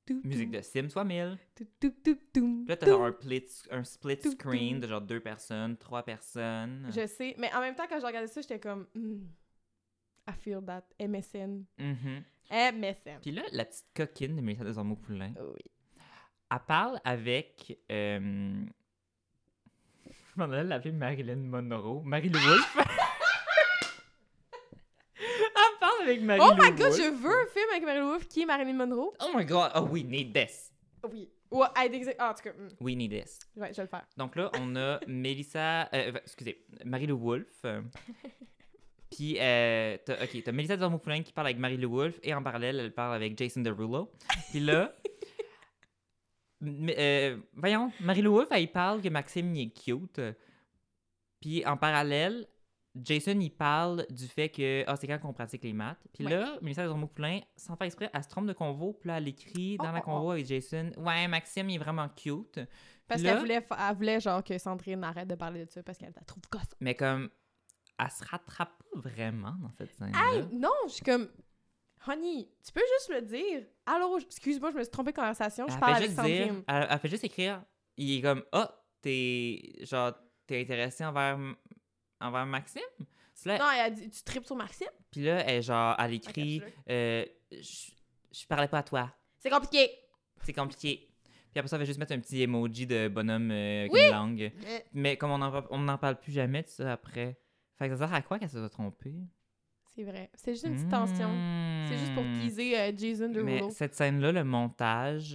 toum, Musique de Sims soit 1000. toum, toum, toum, toum, Puis Là, t'as toum. un, plit- un split Tout, screen de tout. genre deux personnes, trois personnes. Je sais, mais en même temps, quand je regardais ça, j'étais comme, hmm, I feel that. MSN. Mhm. MSN. Puis là, la petite coquine de Mélissa de Zormo Poulain, Oh Oui. elle parle avec. euh, Je m'en allais l'appeler Marilyn Monroe. Marilyn Wolf. elle parle avec Marilyn Oh my god, je veux un film avec Marilyn Wolfe qui est Marilyn Monroe. Oh my god, oh we need this. Oui. Ouais, elle est exact- ah, en tout cas, hmm, We need this. ouais, je vais le faire. Donc là, on a Mélissa. euh, excusez, Marie-Lou Wolfe. euh, Puis, euh, t'as, OK, t'as Mélissa Dormopoulin qui parle avec Marie-Lou Wolfe et en parallèle, elle parle avec Jason Derulo. Puis là, m- euh, voyons, Marie-Lou Wolfe, elle parle que Maxime, il est cute. Puis en parallèle, Jason, il parle du fait que, ah, c'est quand qu'on pratique les maths. Puis là, Mélissa Dormopoulin, sans faire exprès, elle se trompe de convo. Puis là, elle écrit dans Oh, la oh, oh. convo avec Jason, ouais, Maxime, il est vraiment cute. Parce Là- qu'elle voulait, fa- elle voulait genre que Sandrine arrête de parler de ça parce qu'elle la trouve gosse. Mais comme, elle se rattrape pas vraiment dans cette scène Hey, non, je suis comme Honey, tu peux juste le dire. Allô, je- excuse-moi, je me suis trompée de conversation, je elle, parle fait avec juste dire, Sandrine. elle, elle fait juste écrire, il est comme, ah, t'es, genre, t'es intéressé envers, M- envers Maxime? C'est là- Non, elle a dit tu tripes sur Maxime Puis là, elle, genre, elle écrit, absolument. euh, je je parlais pas à toi, C'est compliqué. c'est compliqué. Puis après ça, elle fait juste mettre un petit emoji de bonhomme euh, avec Oui! une langue. Mais comme on n'en on n'en parle plus jamais de ça après, fait que ça sert à quoi qu'elle se soit trompée? C'est vrai. C'est juste une petite tension. C'est juste pour qu'ils teaser euh, Jason Hmm. Mais Derulo. cette scène-là, le montage,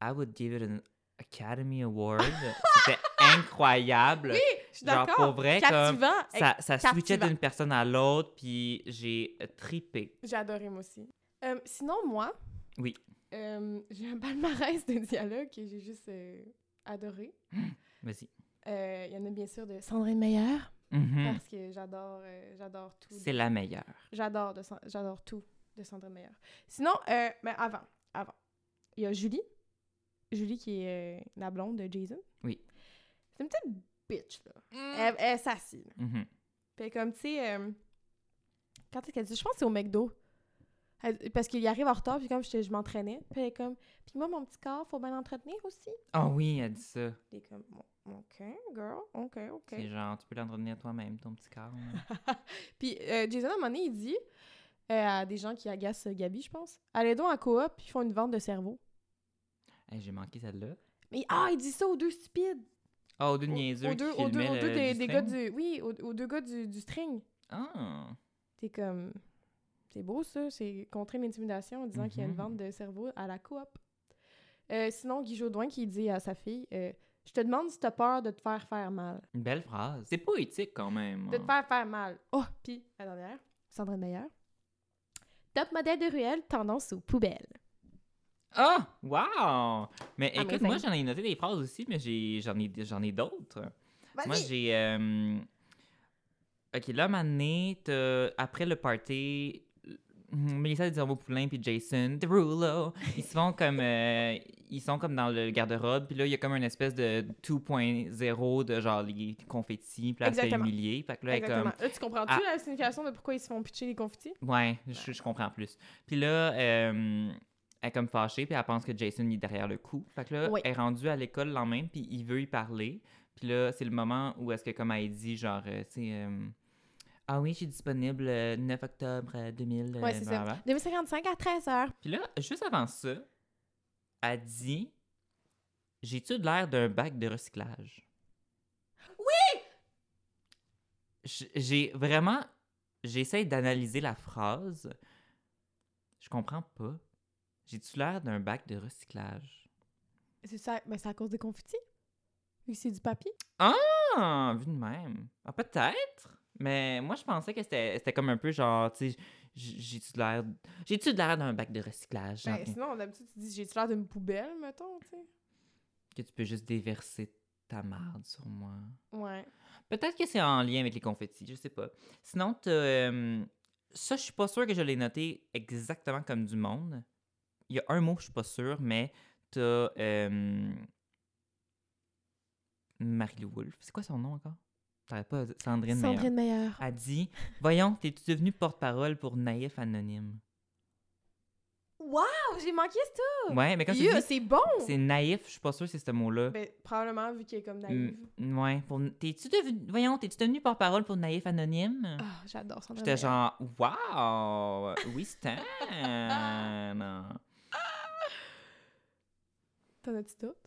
I would give it an Academy Award. C'était incroyable. Oui, je suis Genre, pour d'accord. vrai, comme Captivant. Hey, ça, ça switchait captivant. d'une personne à l'autre, puis j'ai tripé. J'ai adoré, moi aussi. Euh, sinon, moi, Oui. euh, j'ai un palmarès de dialogues que j'ai juste euh, adoré. Vas-y. Euh, Il y en a bien sûr de Sandrine Meyer, Mhm. parce que j'adore euh, j'adore tout. C'est la meilleure. J'adore, de Sa- j'adore tout de Sandrine Meyer. Sinon, euh, mais avant, avant, il y a Julie. Julie qui est euh, la blonde de Jason. Oui. Hmm. C'est une petite bitch, là. Elle, elle s'assied. là. Mhm. Fait comme, tu sais, euh, quand est-ce qu'elle dit? Je pense que c'est au McDo. Elle- parce qu'il arrive en retard, puis comme je, je m'entraînais. Puis elle est comme, puis moi, mon petit corps, faut bien l'entretenir aussi. Oh oui, elle dit ça. Il est comme, Bon, OK, girl, OK, OK. C'est genre, tu peux l'entretenir toi-même, ton petit corps. là. Puis euh, Jason, à un moment donné, il dit euh, à des gens qui agacent euh, Gabi, je pense, allez donc à coop, puis ils font une vente de cerveau. Hey, j'ai manqué celle-là. Mais ah, il dit ça aux deux stupides. Oh, aux deux Aux- niaiseux aux qui deux, aux deux, filmaient aux le- deux des, du des train. gars du, oui, aux, aux deux gars du, du string. Ah. T'es comme, c'est beau ça, c'est contrer l'intimidation en disant qu'il y a une Mhm. vente de cerveau à la coop. Euh, sinon, Guy Jodoin qui dit à sa fille, euh, je te demande si t'as peur de te faire faire mal. Une belle phrase. C'est poétique quand même. hein. de te faire faire mal. Oh, puis la dernière, Sandrine Meyer. Top modèle de ruelle, tendance aux poubelles. Ah! wow! Mais écoute, Amazing. moi, j'en ai noté des phrases aussi, mais j'ai, j'en, ai, j'en ai d'autres. Moi, Vas-y. j'ai... euh, OK, là, mané, après le party, euh, Mélissa de poulain puis Jason Derulo, ils se font comme... euh, ils sont comme dans le garde-robe, puis là, il y a comme une espèce de 2.0 de genre les confettis, puis là, elle se fait Exactement. humilier. Fait que là, elle est Exactement. comme... Là, tu comprends-tu Ah. la signification de pourquoi ils se font pitcher les confitis? Ouais, je, je comprends plus. Puis là, euh, elle est comme fâchée, puis elle pense que Jason il est derrière le coup. Fait que là, Oui. elle est rendue à l'école le lendemain, puis il veut y parler. Puis là, c'est le moment où est-ce que, comme elle dit, genre, euh, tu sais, euh, ah oui, je suis disponible le 9 octobre euh, 2000. euh, Ouais, c'est ça. blablabla. 2h55 à 13h. Puis là, juste avant ça, elle dit J'ai-tu de l'air d'un bac de recyclage j- j'ai vraiment. J'essaie d'analyser la phrase. Je comprends pas. J'ai-tu l'air d'un bac de recyclage? C'est ça, mais c'est à cause des confitis. Vu que c'est du papier. Ah, vu de même. Ah, peut-être. Mais moi, je pensais que c'était c'était comme un peu genre, tu sais, j- j'ai-tu de l'air. J'ai-tu de l'air d'un bac de recyclage? genre, Ben, sinon, d'habitude, tu dis j'ai-tu l'air d'une poubelle, mettons, tu sais. que tu peux juste déverser ta marde sur moi. Ouais. Peut-être que c'est en lien avec les confettis, je sais pas. Sinon, t'as, euh, ça, je suis pas sûre que je l'ai noté exactement comme du monde. Il y a un mot, que je suis pas sûre, mais t'as. euh, Marie-Lou Wolfe. C'est quoi son nom encore? T'arrêtes pas à dire- Sandrine Meyer. Sandrine Meilleur. a dit Voyons, t'es-tu devenue porte-parole pour Naïf Anonyme Waouh, j'ai manqué ça. Ouais, mais quand tu Yeah, dis Oh, c'est bon. c'est naïf, je suis pas sûre que c'est ce mot-là. Ben, probablement vu qu'il est comme naïf. Mm, ouais, pour t'es-tu devenue Voyons, t'es-tu devenue porte-parole pour Naïf Anonyme Ah, j'adore Sandrine J'étais Meyer. genre Wow, oui, Stan T'en as-tu d'autres?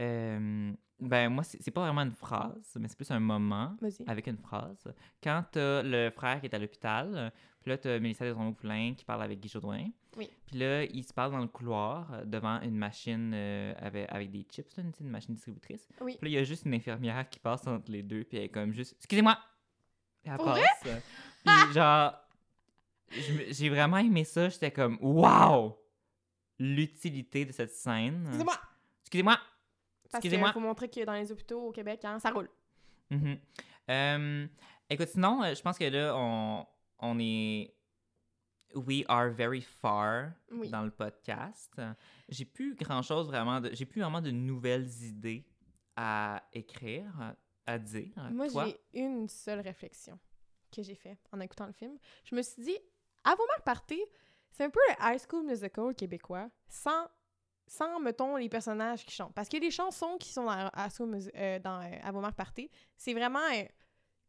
Euh, Ben, moi, c'est c'est pas vraiment une phrase, mais c'est plus un moment. Vas-y. avec une phrase. Quand t'as le frère qui est à l'hôpital, puis là, t'as Mélissa de poulain qui parle avec Guy Jodoin. Oui. Puis là, ils se parlent dans le couloir euh, devant une machine euh, avec, avec des chips, là, une, une machine distributrice. Oui. Puis là, il y a juste une infirmière qui passe entre les deux, puis elle est comme juste « Excusez-moi! » Puis elle Pour vrai? passe. Puis genre, je me- j'ai vraiment aimé ça. J'étais comme « Wow! » L'utilité de cette scène. Excusez-moi! Excusez-moi! Parce qu'il Excusez-moi. faut montrer que dans les hôpitaux au Québec, hein, ça roule. Mhm. Euh, écoute, sinon, euh, je pense que là, on, on est. We are very far Oui. dans le podcast. J'ai plus grand chose vraiment. de- J'ai plus vraiment de nouvelles idées à écrire, à dire. Moi, Euh, Toi? j'ai une seule réflexion que j'ai faite en écoutant le film. Je me suis dit, avant Marc Party, c'est un peu le High School Musical québécois, sans, sans mettons, les personnages qui chantent. Parce que les chansons qui sont dans High School Mus- euh, dans euh, Avant Marc Party, c'est vraiment... euh,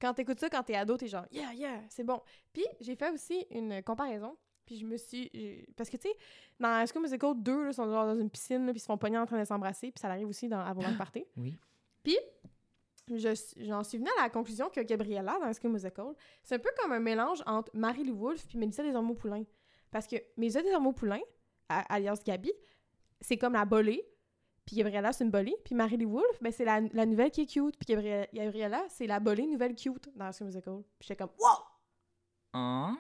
quand t'écoutes ça, quand t'es ado, t'es genre « Yeah, yeah, c'est bon ». Puis j'ai fait aussi une comparaison, puis je me suis... j'ai- Parce que, tu sais, dans High School Musical, deux là, sont genre dans une piscine, là, puis ils se font pogner en train de s'embrasser, puis ça arrive aussi dans Avant Marc Party. Ah, Oui. Puis, je suis- j'en suis venue à la conclusion que Gabriella, dans School Musical, c'est un peu comme un mélange entre Marie-Lou Wolfe puis Mélissa Desormeaux-Poulain. Parce que Mélissa Desormeaux-Poulain, a- alias Gabi, c'est comme la bolée, puis Gabriella, c'est une bolée, puis Marie-Lou Wolfe, ben, c'est la, la nouvelle qui est cute, puis Gabrie- Gabriella, c'est la bolée nouvelle cute dans School Musical. Puis j'étais comme « Wow! Ah!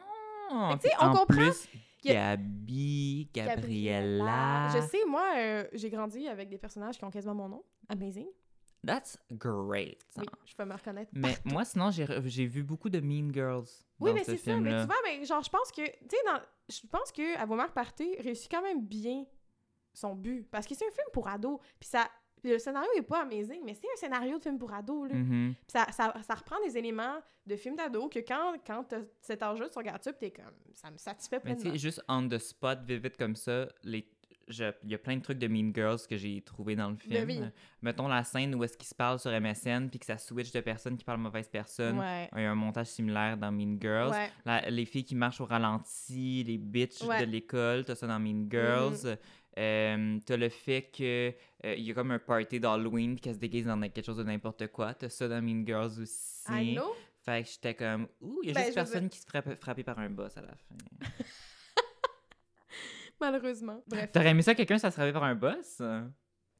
Fait que, tu sais, Puis on en comprend Plus, que- Gabi, » Gabriella. Je sais, moi, euh, j'ai grandi avec des personnages qui ont quasiment mon nom. Amazing. That's great. Oui, je peux me reconnaître. Mais moi, sinon, j'ai re- j'ai vu beaucoup de Mean Girls. Oui, dans mais ce c'est ça. Mais film-là. tu vois, mais genre, je pense que, tu sais, dans- je pense que Avomar Party réussit quand même bien son but. Parce que c'est un film pour ados. Puis ça. Le scénario est pas amazing, mais c'est un scénario de film pour ados. Là. Mhm. Puis ça, ça, ça reprend des éléments de films d'ados que quand, quand t'as cet âge-là, tu regardes ça, puis t'es comme. Ça me satisfait Mais tu pleinement. sais, juste on the spot, vite comme ça, les... je- il y a plein de trucs de Mean Girls que j'ai trouvé dans le film. Ben oui. Euh, Mettons la scène où est-ce qu'ils se parlent sur MSN puis que ça switch de personne qui parle mauvaise personne. Ouais. Il y a un montage similaire dans Mean Girls. Ouais. La- les filles qui marchent au ralenti, les bitches Ouais. de Mm-hmm. l'école, t'as ça dans Mean Girls. Euh, t'as le fait que euh, il y a comme un party d'Halloween puis qu'elles se déguisent dans quelque chose de n'importe quoi. T'as ça dans Mean Girls aussi. I know. Fait que j'étais comme, ouh, il y a Ben, juste je veux personne qui se frappe frapper par un boss à la fin. Malheureusement. Bref. T'aurais aimé ça quelqu'un, ça se frappait par un boss? Hmm,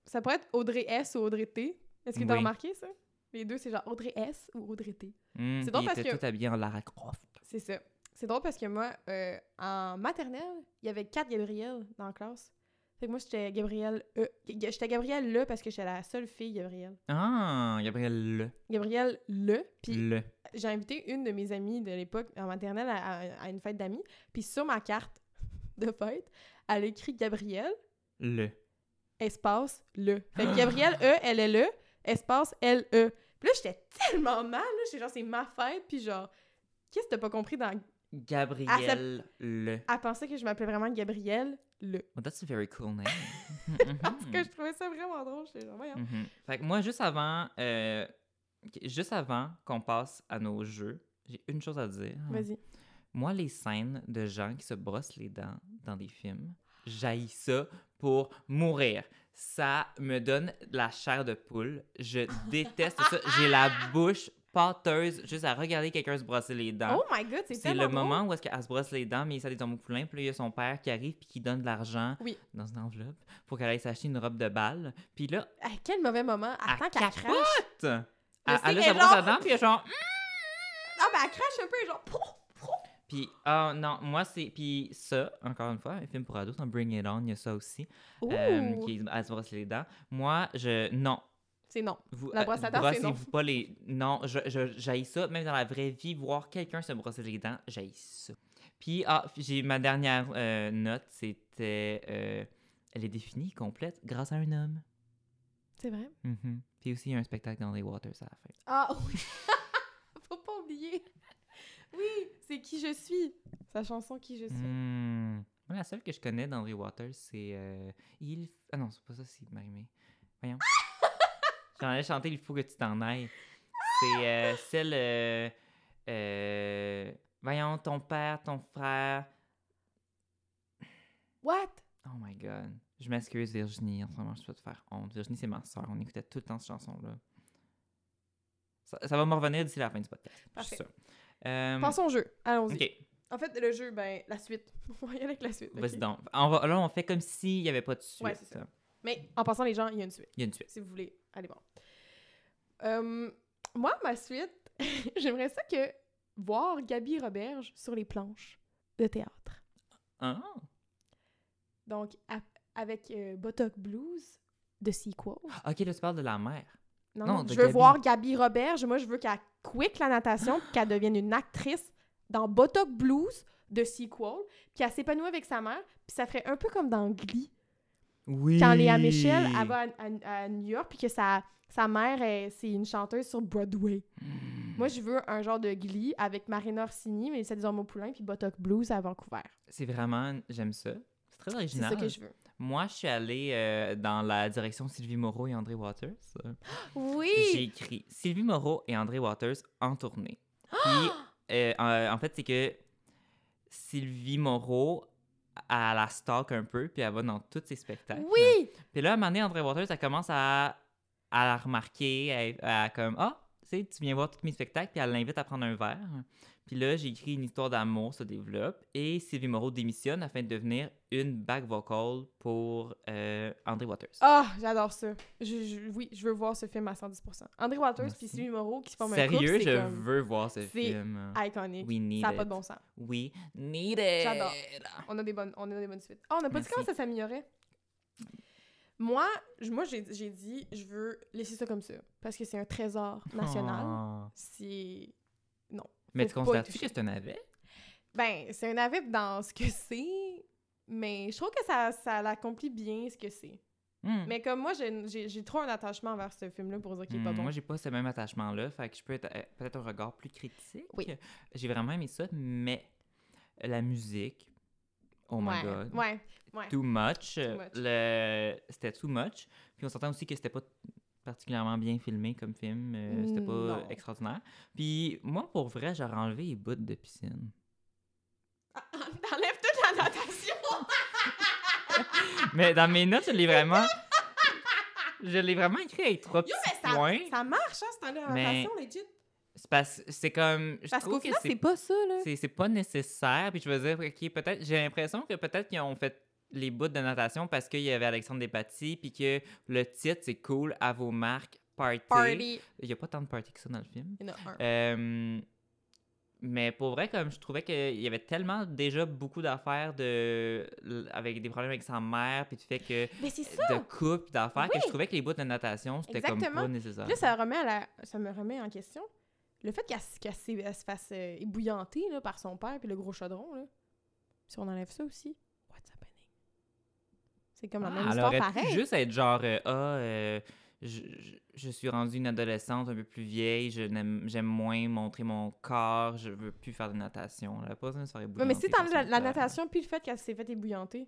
Ça pourrait être Audrey S ou Audrey T. Est-ce que t'as Oui. remarqué ça? Les deux, c'est genre Audrey S ou Audrey T. Hmm, C'est drôle il parce était que- tout habillé en Lara Croft. C'est ça. C'est drôle parce que moi, euh, en maternelle, il y avait quatre Gabriel dans la classe. Fait que moi, j'étais Gabrielle E. Ga- J'étais Gabrielle Le parce que j'étais la seule fille Gabrielle. Ah, Gabriel le. Gabrielle Le. Puis Le. j'ai invité une de mes amies de l'époque en maternelle à, à- à une fête d'amis. Puis sur ma carte de fête, elle a écrit Gabrielle, Le. espace, Le. Fait que Gabrielle E, elle est Le, espace, L, E. Puis là, j'étais tellement mal. là. J'étais genre, c'est ma fête. Puis genre, qu'est-ce que t'as pas compris dans. Gabriel le. Elle pensait que je m'appelais vraiment Gabrielle Le. Well, that's a very cool name. Parce Hmm. que je trouvais ça vraiment drôle. J'étais genre, voyons. Mhm. Fait que moi, juste avant, euh, juste avant qu'on passe à nos jeux, j'ai une chose à dire. Vas-y. Moi, les scènes de gens qui se brossent les dents dans des films, j'haïs ça pour mourir. Ça me donne de la chair de poule. Je déteste ça. J'ai la bouche pâteuse juste à regarder quelqu'un se brosser les dents. Oh my god, c'est Ah. C'est tellement le drôle. moment où est-ce qu'elle se brosse les dents, mais ça des hommes poulain, puis là, il y a son père qui arrive puis qui donne de l'argent Oui. dans une enveloppe pour qu'elle aille s'acheter une robe de bal. Puis là, À Ah, quel mauvais moment. elle Attends qu'elle capote! crache. Elle Le elle a signe sa est brosse à long. dents, puis elle est genre... Ah, ben elle crache un peu, genre. Pouf! Puis, ah non, moi, c'est... Puis ça, encore une fois, un film pour ados, dans Bring It On, il y a ça aussi, Ouh! euh, qui elle se brosse les dents. Moi, je... Non, C'est non. Vous, La euh, brosse à vous dents, c'est non. brossez-vous pas les... Non, je, je, j'haïs ça. Même dans la vraie vie, voir quelqu'un se brosser les dents, j'haïs ça. Puis, ah, j'ai ma dernière euh, note, c'était... euh, elle est définie, complète, grâce à un homme. C'est vrai. Mhm. Puis aussi, il y a un spectacle dans les Waters à la fin. Ah oui! Faut pas oublier. Oui, c'est qui je suis. Sa chanson qui je suis. Hmm. Moi, la seule que je connais d'André Waters, c'est... euh, il... Ah non, c'est pas ça, c'est Marimé. Voyons. J'en ai chanté « Il faut que tu t'en ailles ». C'est euh, celle... euh, euh, Voyons, ton père, ton frère... What? Oh my God. Je m'excuse, Virginie. En ce moment, je peux te faire honte. Virginie, c'est ma soeur. On écoutait tout le temps cette chanson-là. Ça, ça va me revenir d'ici la fin du podcast. je suis Parfait. sûre. Euh, Passons au jeu. Allons-y. OK, En fait, le jeu, ben, la suite. On va y aller avec la suite. ok? vas-y donc. On va- là, on fait comme s'il n'y avait pas de suite. Ouais, c'est ça. Mais en passant, les gens, il y a une suite. Il y a une suite. si vous voulez allez voir. Euh, moi, ma suite, j'aimerais ça que voir Gabi Roberge sur les planches de théâtre. Ah! Donc, a- avec euh, Botox Blues de Sequel. Ok, là, tu parles de la mère. Non, Ah, Non, non, de je veux Gabi. voir Gabi Roberge. Moi, je veux qu'elle quick la natation, puis qu'elle devienne une actrice dans Botox Blues de Sequel, puis qu'elle s'épanouit avec sa mère, puis ça ferait un peu comme dans Glee. Oui. quand Léa Michel elle va à, à- à New York puis que sa, sa mère est- c'est une chanteuse sur Broadway. Hmm. Moi je veux un genre de Glee avec Marina Orsini, mais c'est des hommes poulain puis Botox Blues à Vancouver. C'est vraiment. J'aime ça. C'est très C'est original. ça que je veux. Moi, je suis allée euh, dans la direction Sylvie Moreau et André Waters. J'ai Oui. écrit Sylvie Moreau et André Waters en tournée. Ah! Puis, euh, euh, en fait, c'est que Sylvie Moreau, elle la stalk un peu, puis elle va dans tous ses spectacles. Oui. Puis là, à un moment donné, André Waters, elle commence à, à la remarquer, à, à comme Ah, tu sais, tu viens voir tous mes spectacles, puis elle l'invite à prendre un verre. Puis là, j'ai écrit une histoire d'amour se développe, et Sylvie Moreau démissionne afin de devenir une back vocal pour euh, André Waters. Ah, j'adore ça. Je, je- oui, je veux voir ce film à 110%. André Waters Merci. puis Sylvie Moreau qui se forment un couple, Sérieux, c'est je comme veux voir ce c'est film. iconique. We need ça n'a pas it. de bon sens. We need it. J'adore. On a des bonnes, on a des bonnes suites. Ah, on n'a pas Merci. dit comment ça s'améliorait. Moi, je- moi j'ai j'ai dit, je veux laisser ça comme ça, parce que c'est un trésor national. Oh. C'est. Mais Faut tu pas constates-tu toucher. que c'est un navet? Ben, c'est un avip dans ce que c'est, mais je trouve que ça, ça l'accomplit bien ce que c'est. Hmm. Mais comme moi, j'ai- j'ai j'ai trop un attachement vers ce film-là pour dire qu'il est pas Hmm, bon. Moi, j'ai pas ce même attachement-là, fait que je peux être euh, peut-être un regard plus critique. Oui. J'ai vraiment aimé ça, mais la musique, oh my ouais. god, Ouais. ouais. too much. euh, much. le- C'était too much. Puis on s'entend aussi que c'était pas particulièrement bien filmé comme film, euh, c'était pas Non. extraordinaire. Puis moi, pour vrai, j'aurais enlevé les bouts de piscine. T'enlèves toute la natation! mais dans mes notes, je l'ai vraiment... Je l'ai vraiment écrit avec trois petits Yo, mais ça, points. ça marche, hein, ce temps-là, la Mais- natation, legit. C'est parce c'est comme je Parce trouve qu'au que final, c'est c'est pas ça, là. c'est c'est pas nécessaire puis je veux dire OK, peut-être j'ai l'impression que peut-être qu'ils ont fait les bouts de natation parce qu'il y avait Alexandre Despatie puis que le titre c'est cool à vos marques party. Party. Il y a pas tant de party que ça dans le film. Il y en a un. Euh, mais pour vrai comme je trouvais qu'il y avait tellement déjà beaucoup d'affaires de l- avec des problèmes avec sa mère puis tu fait que Mais c'est ça! de couple puis d'affaires que Oui. je trouvais que les bouts de natation c'était comme pas Exactement. nécessaire. Là, ça, remet à la- ça me remet en question le fait qu'elle s- qu'elle s'est- elle se fasse euh, ébouillanter là, par son père puis le gros chaudron. Là. Si on enlève ça aussi, what's happening? C'est comme la même Ah, histoire elle aurait pu pareil. juste être genre, euh, ah, euh, je, je- je suis rendue une adolescente un peu plus vieille, je n'aime- j'aime moins montrer mon corps, je veux plus faire de natation. Elle a pas besoin de se faire Ouais, mais si ébouillantée t'enlèves par la, son la père. natation puis le fait qu'elle s'est fait ébouillanter,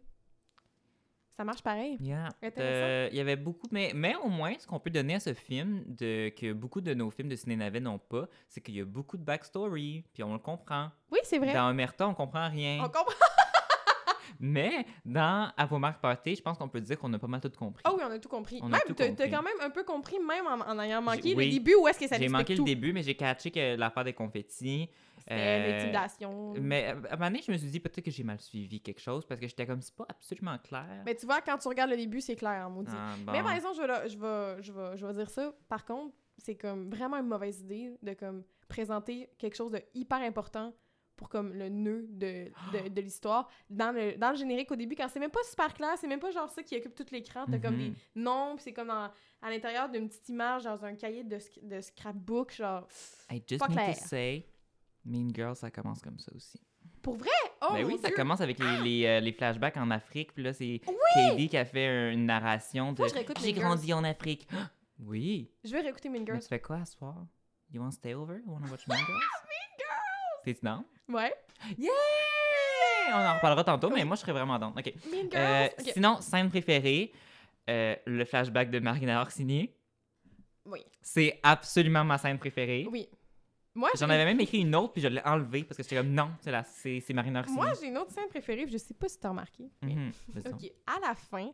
ça marche pareil. Yeah. Intéressant. Euh, Il y avait beaucoup, mais, mais au moins, ce qu'on peut donner à ce film, de, que beaucoup de nos films de ciné navet n'ont pas, c'est qu'il y a beaucoup de backstory, puis on le comprend. Oui, c'est vrai. Oh, Dans Omerta, on comprend rien. On comprend. Mais dans À vos marques party, je pense qu'on peut dire qu'on a pas mal tout compris. Ah oui, on a tout compris. On a même, tout t'as t'as compris. quand même un peu compris, même en, en ayant manqué J'ai- oui. le début, où est-ce que ça j'ai explique manqué tout. le début, mais j'ai catché que l'affaire des confettis. C'était euh, l'intimidation. Mais euh, à un moment donné, je me suis dit peut-être que j'ai mal suivi quelque chose parce que j'étais comme c'est pas absolument clair. Mais Ben, tu vois, quand tu regardes le début, c'est clair, en maudit. Ah, Mais bon. par exemple, je vais, là- je vais, je vais, je vais dire ça. Par contre, c'est comme vraiment une mauvaise idée de comme présenter quelque chose de hyper important pour comme le nœud de, de, de l'histoire dans le, dans le générique au début quand c'est même pas super clair c'est même pas genre ça qui occupe tout l'écran t'as comme des Mhm. noms puis c'est comme dans- à l'intérieur d'une petite image dans un cahier de, sc- de scrapbook genre Mm-hmm. I just pas need clair. to say, Mean Girls, ça commence comme ça aussi. pour vrai oh ben mon oui, ça Dieu! Ah! commence avec les, les, euh, les flashbacks en Afrique, puis là, c'est Oui! Katie qui a fait une narration de Faut que je réécoute J'ai Mean grandi en Afrique. Ah! Oui. je vais réécouter Mean Mais Girls tu fais quoi à ce soir? You want to stay over? You want to watch Mean Girls? T'es-tu down? ouais Yeah! On en reparlera tantôt, mais moi, je serais vraiment down. OK. Mean Girls Euh, Ok. Sinon, scène préférée, euh, le flashback de Marina Orsini. Oui. C'est absolument ma scène préférée. oui moi J'en j'ai- avais même écrit une autre, puis je l'ai enlevée parce que j'étais comme non, c'est la- c'est c'est Marina Orsini. moi j'ai une autre scène préférée puis je sais pas si t'as remarqué mais- Mhm. Vas-y donc. OK. À la fin,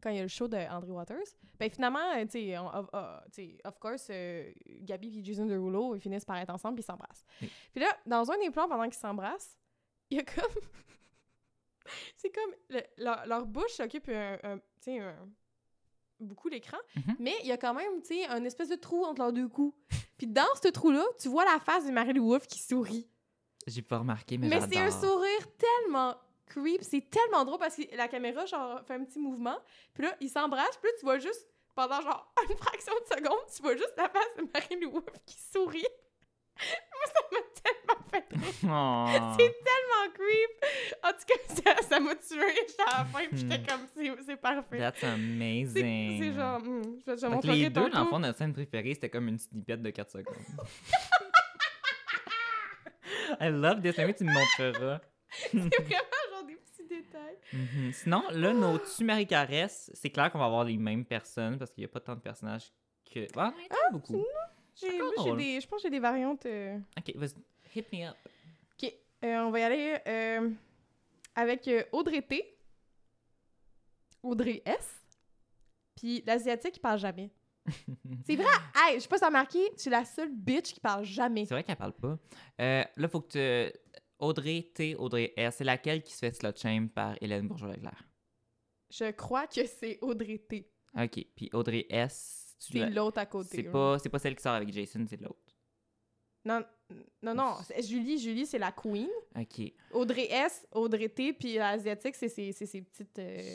quand il y a le show de Andrew Waters, ben finalement, euh, tu sais, on- of- euh, tu sais, of course, euh, Gabi et Jason Derulo, ils finissent par être ensemble puis ils s'embrassent. Oui. Puis là, dans un des plans, pendant qu'ils s'embrassent, il y a comme... c'est comme... le- leur, leur bouche occupe un... un- tu sais, un- beaucoup l'écran, Mhm. mais il y a quand même, tu sais, un espèce de trou entre leurs deux coups. Puis dans ce trou-là, tu vois la face de Marie-Lou Wolfe qui sourit. J'ai pas remarqué, mais, Mais c'est un j'adore. sourire tellement creep, c'est tellement drôle parce que la caméra genre fait un petit mouvement, puis là ils s'embrassent, puis là tu vois juste pendant genre une fraction de seconde, tu vois juste la face de Marie-Lou Wolfe qui sourit. Moi ça m'a tellement fait tellement Oh. C'est creep. En tout cas ça- ça m'a tué à la fin, puis j'étais comme c'est- c'est parfait. Hmm. That's C'est amazing. c'est genre hmm, je vais te Fait que montrer les deux, dans le fond, notre scène préférée, c'était comme une snippet de 4 secondes. I love this. Amy, tu me montreras. C'est vraiment Ah, genre des petits détails. Mhm. Sinon, là, nos Ah! tu Marie Caresse, c'est clair qu'on va avoir les mêmes personnes parce qu'il n'y a pas tant de personnages que. Ah, il y en a beaucoup. J'ai- Encore moi, j'ai drôle. des je pense que j'ai des variantes euh, Ok, vas-y. Hit me up. OK. euh, on va y aller euh, avec euh, Audrey T. Audrey S. Puis l'Asiatique qui parle jamais. C'est vrai! Hey, je sais pas si t'as remarqué, je suis la seule bitch qui parle jamais. C'est vrai qu'elle parle pas. Euh, là, faut que tu. Audrey T, Audrey R, c'est laquelle qui se fait slut shame par Hélène Bourgeois-Leclerc? Je crois que c'est Audrey T. Ok, puis Audrey S, tu la- C'est l'autre à côté. C'est là. pas, c'est pas celle qui sort avec Jason, c'est l'autre. Non, non, non. c'est- Julie, Julie, c'est la queen. Ok. Audrey S, Audrey T, puis l'Asiatique, c'est ses, c'est ses petites... euh,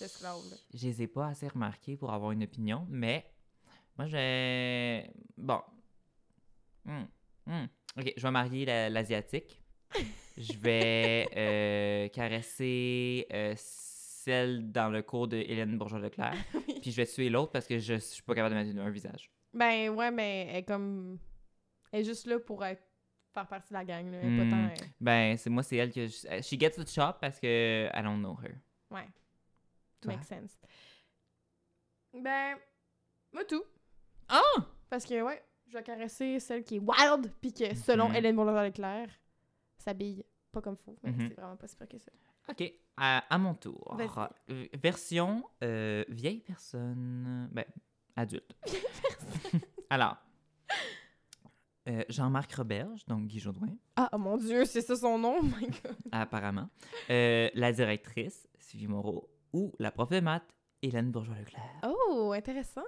esclaves, là. Je les ai pas assez remarquées pour avoir une opinion, mais moi, j'ai. Bon. Hmm, hmm. Ok, je vais marier la- l'Asiatique. je vais euh, caresser euh, celle dans le cours de Hélène Bourgeois-Leclerc. Oui. Puis je vais tuer l'autre parce que je, je suis pas capable de mettre une- un visage. Ben ouais, mais elle est comme... Elle est juste là pour être- faire partie de la gang, là. Elle est pas Hmm. tant, euh, Ben, c'est moi, c'est elle que. je- She gets the chop parce que I don't know her. Ouais. Toi? Makes sense. Ben, moi tout. Ah! Parce que, ouais, je vais caresser celle qui est wild, puis que, selon Mhm. Hélène Bourgeois-Leclerc, s'habille pas comme fou. mais Mhm. C'est vraiment pas si pire que ça. OK. À, à mon tour. Vas-y. V- Version euh, vieille personne. Ben, adulte. Alors, euh, Jean-Marc Roberge, donc Guy Jodoin, Ah, oh mon Dieu, c'est ça son nom? Oh my God. apparemment. Euh, la directrice, Sylvie Moreau, ou la prof de maths, Hélène Bourgeois-Leclerc. Oh, intéressant.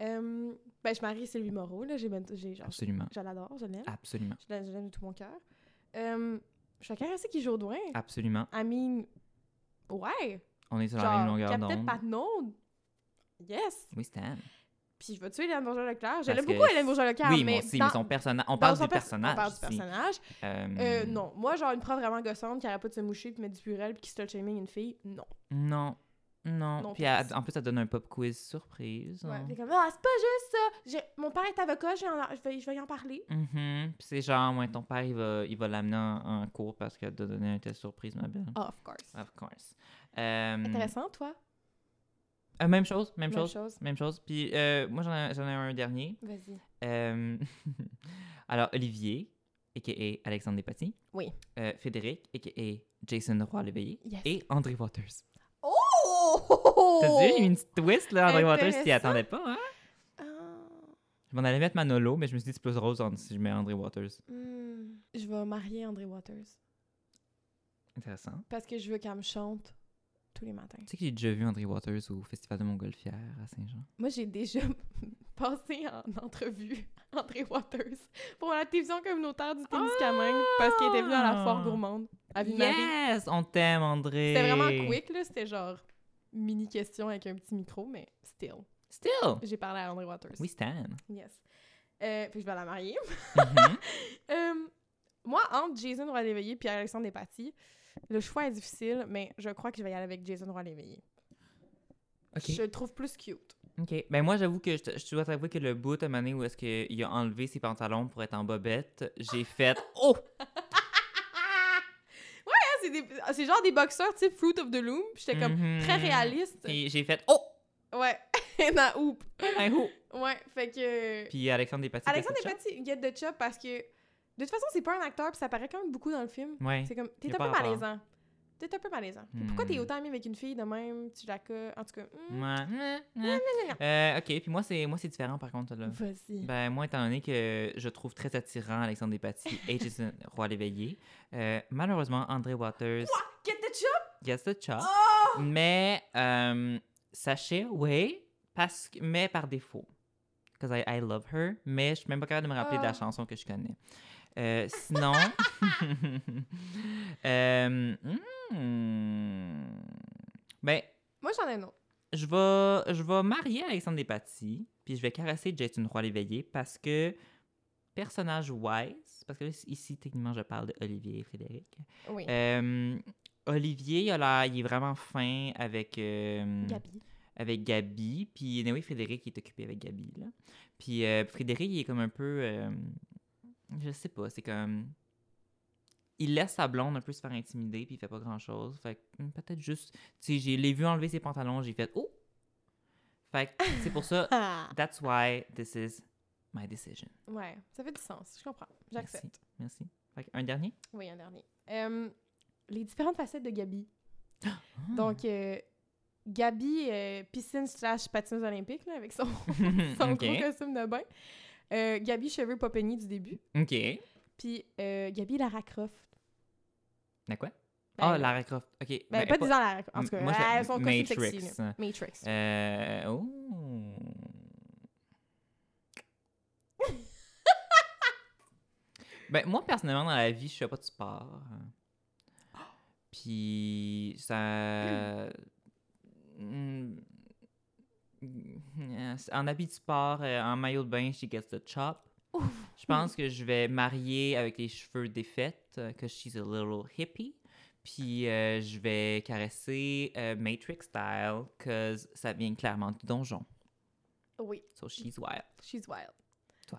Euh, ben, je marie Sylvie Moreau, là. J'ai, ben- j'ai, genre, Absolument. je l'adore, je l'aime. Absolument. Je, l'aime, je l'aime de tout mon cœur. Euh, je vais caresser Guy Jourdouin. Absolument. I mean, ouais. On est sur Ah. la même Genre, longueur Captain d'onde. Patnaud. Yes! Oui, Stan. Puis je vais tuer Hélène Bourgeois-Leclerc. Parce Je l'aime que beaucoup, Hélène Bourgeois-Leclerc. Oui, mais moi aussi, dans- mais son personnage. On dans parle son du pers- personnage. On parle du ici. personnage. Euh, Euh, non. Moi, genre, une prof vraiment gossante qui aurait pas de se moucher puis mettre du purel puis qui slut shaming une fille, non. Non. Non. Non, Puis t'as- elle- en plus, ça donne un pop quiz surprise. Ouais. hein. T'es comme, ah, c'est pas juste ça. J'ai- Mon père est avocat, je vais, en- je vais- je vais y en parler. Mhm. Puis c'est genre, ouais, ton père, il va il va l'amener en, en cours parce qu'elle t'a donné un test surprise, ma belle. Ah, of course. Of course. Euh, Intéressant, toi. euh, même chose, même, Même chose. chose. Même chose. Puis euh, moi, j'en ai, j'en ai un dernier. Vas-y. Euh, Alors, Olivier, a.k.a. Alexandre Despatie. Oui. Euh, Frédéric, a.k.a. Jason Roy-Léveillé. Yes. Et André Waters. Oh! T'as vu, il y a eu une petite twist, là, André Waters, tu t'y Intéressant. attendais pas, hein? Ah, Je m'en allais mettre Manolo, mais je me suis dit, c'est plus rose en- si je mets André Waters. hmm. Je vais marier André Waters Intéressant. parce que je veux qu'elle me chante tous les matins. Tu sais que j'ai déjà vu André Waters au Festival de Montgolfière à Saint-Jean. Moi, j'ai déjà passé en entrevue André Waters pour la télévision communautaire du Témiscamingue parce qu'il était venu à la Ah! foire gourmande à Ville-Marie. Yes! On t'aime, André! C'était vraiment quick, là. C'était genre mini question avec un petit micro, mais still. Still! J'ai parlé à André Waters. We stand. Yes. Euh, puis je vais la marier. Mhm. Euh, moi, entre Jason Roy Léveillé et Alexandre Despatie, le choix est difficile, mais je crois que je vais y aller avec Jason Roy Léveillé. OK. Je le trouve plus cute. OK. Ben moi, j'avoue que je, te- je dois t'avouer que le bout à un moment donné où est-ce qu'il a enlevé ses pantalons pour être en bobette, j'ai fait « Oh! Ah, c'est des- ah, c'est genre des boxeurs, tu sais, Fruit of the Loom. puis J'étais comme Mhm. très réaliste. » Et j'ai fait « Oh! Ouais. Dans Hoop. Un hoop! Ouais, fait que. Puis Alexandre Despatie... Alexandre t'as fait ça? Despatie, get the chop parce que. De toute façon, c'est pas un acteur, puis ça paraît quand même beaucoup dans le film. Ouais. C'est comme, Y t'es a un pas peu rapport. malaisant. T'es un peu malaisant. Puis Pourquoi Hmm. t'es autant ami avec une fille de même, tu la co- En tout cas, hmm, Ouais. Euh, OK. Puis moi, c'est moi c'est différent, par contre, là. vas-y. Ben, moi, étant donné que je trouve très attirant Alexandre Despatie et Jason Roy-Léveillé, euh, malheureusement, André Waters... Get the chop! Yes, the chop. Oh! Mais euh, sachez, oui, parce que, mais par défaut. Because I, I love her, mais je suis même pas capable de me rappeler de la Ah. chanson que je connais. Euh, sinon. euh, hmm. ben, Moi, j'en ai un autre. je vais, je vais marier Alexandre Despatie, puis je vais caresser Jason Roy-Léveillé parce que personnage wise, parce que là, ici, techniquement, je parle de Olivier et Frédéric. Oui. Euh, Olivier, il, a l'air- il est vraiment fin avec, euh, Gabi. avec Gabi. Puis, oui, Frédéric il est occupé avec Gabi. Là. Puis, euh, Frédéric, il est comme un peu. euh, je sais pas, c'est comme. Il laisse sa blonde un peu se faire intimider, puis il fait pas grand chose. Fait que, hum, peut-être juste. Tu sais, j'ai les vu enlever ses pantalons, j'ai fait Oh! Fait que c'est pour ça. Ah! That's why this is my decision. Ouais, ça fait du sens. Je comprends. J'accepte. Merci. Fait que, un dernier? Oui, un dernier. Euh, les différentes facettes de Gabi. Ah. Donc, euh, Gabi, euh, piscine slash patineuse olympique, là, avec son, son Hmm, Ok. gros costume de bain. Euh, Gabi, cheveux pas peignés du début. OK. Puis euh, Gabi, Lara Croft. De quoi? Ben, Ah, Lara Croft. OK. Ben, Ben, pas disant Lara Croft. En M- tout cas, moi, je- elle- son costume Matrix. sexy. là. Matrix. Euh... Oh. ben, moi, personnellement, dans la vie, je fais pas de sport. Puis, ça... Mm. Yes. En habit de sport, euh, en maillot de bain, she gets the chop. Je pense que je vais marier avec les cheveux défaites, que she's a little hippie. Puis euh, je vais caresser euh, Matrix style, cause ça vient clairement du donjon. Oui, So she's wild. she's wild. Euh. Toi.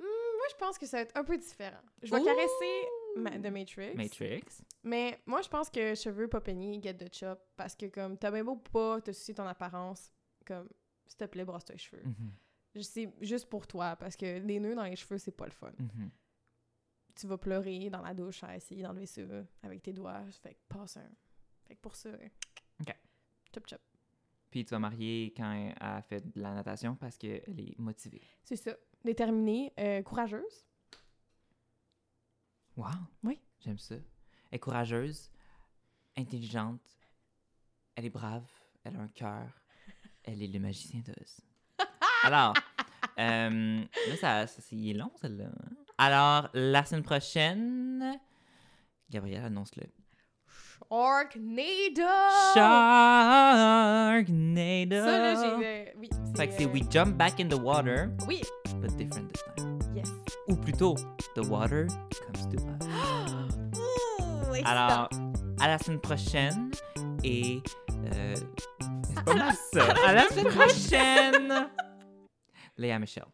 Hmm, moi, je pense que ça va être un peu différent. Je vais Ouh! caresser ma- de Matrix. Matrix. Mais moi, je pense que cheveux pas peignés, get the chop, parce que comme t'as bien beau pas te soucier de ton apparence, comme s'il te plaît, brosse tes cheveux. Mhm, Je- C'est juste pour toi, parce que des nœuds dans les cheveux, c'est pas le fun. mhm. Tu vas pleurer dans la douche à essayer d'enlever ça avec tes doigts. Fait que passe un. Fait que pour ça, hein. Ok. chop chop. Puis tu vas marier quand elle a fait de la natation parce qu'elle est motivée. C'est ça. Déterminée, euh, courageuse. Wow. Oui. J'aime ça. Elle est courageuse, intelligente, elle est brave, elle a un cœur, elle est le magicien d'Oz. Alors, euh, là, ça, ça- c'est il est long, celle-là. hein? Alors, la semaine prochaine, Gabrielle annonce-le. Sharknado! Sharknado! Ça, là, j'ai... euh, oui. Fait que c'est euh, We Jump Back in the Water, Oui, but different this time. yes. Ou plutôt, The Water Comes to Us. Ouh, Alors, à la semaine prochaine et. Euh, c'est pas mal ça. À la semaine prochaine! Léa Michel.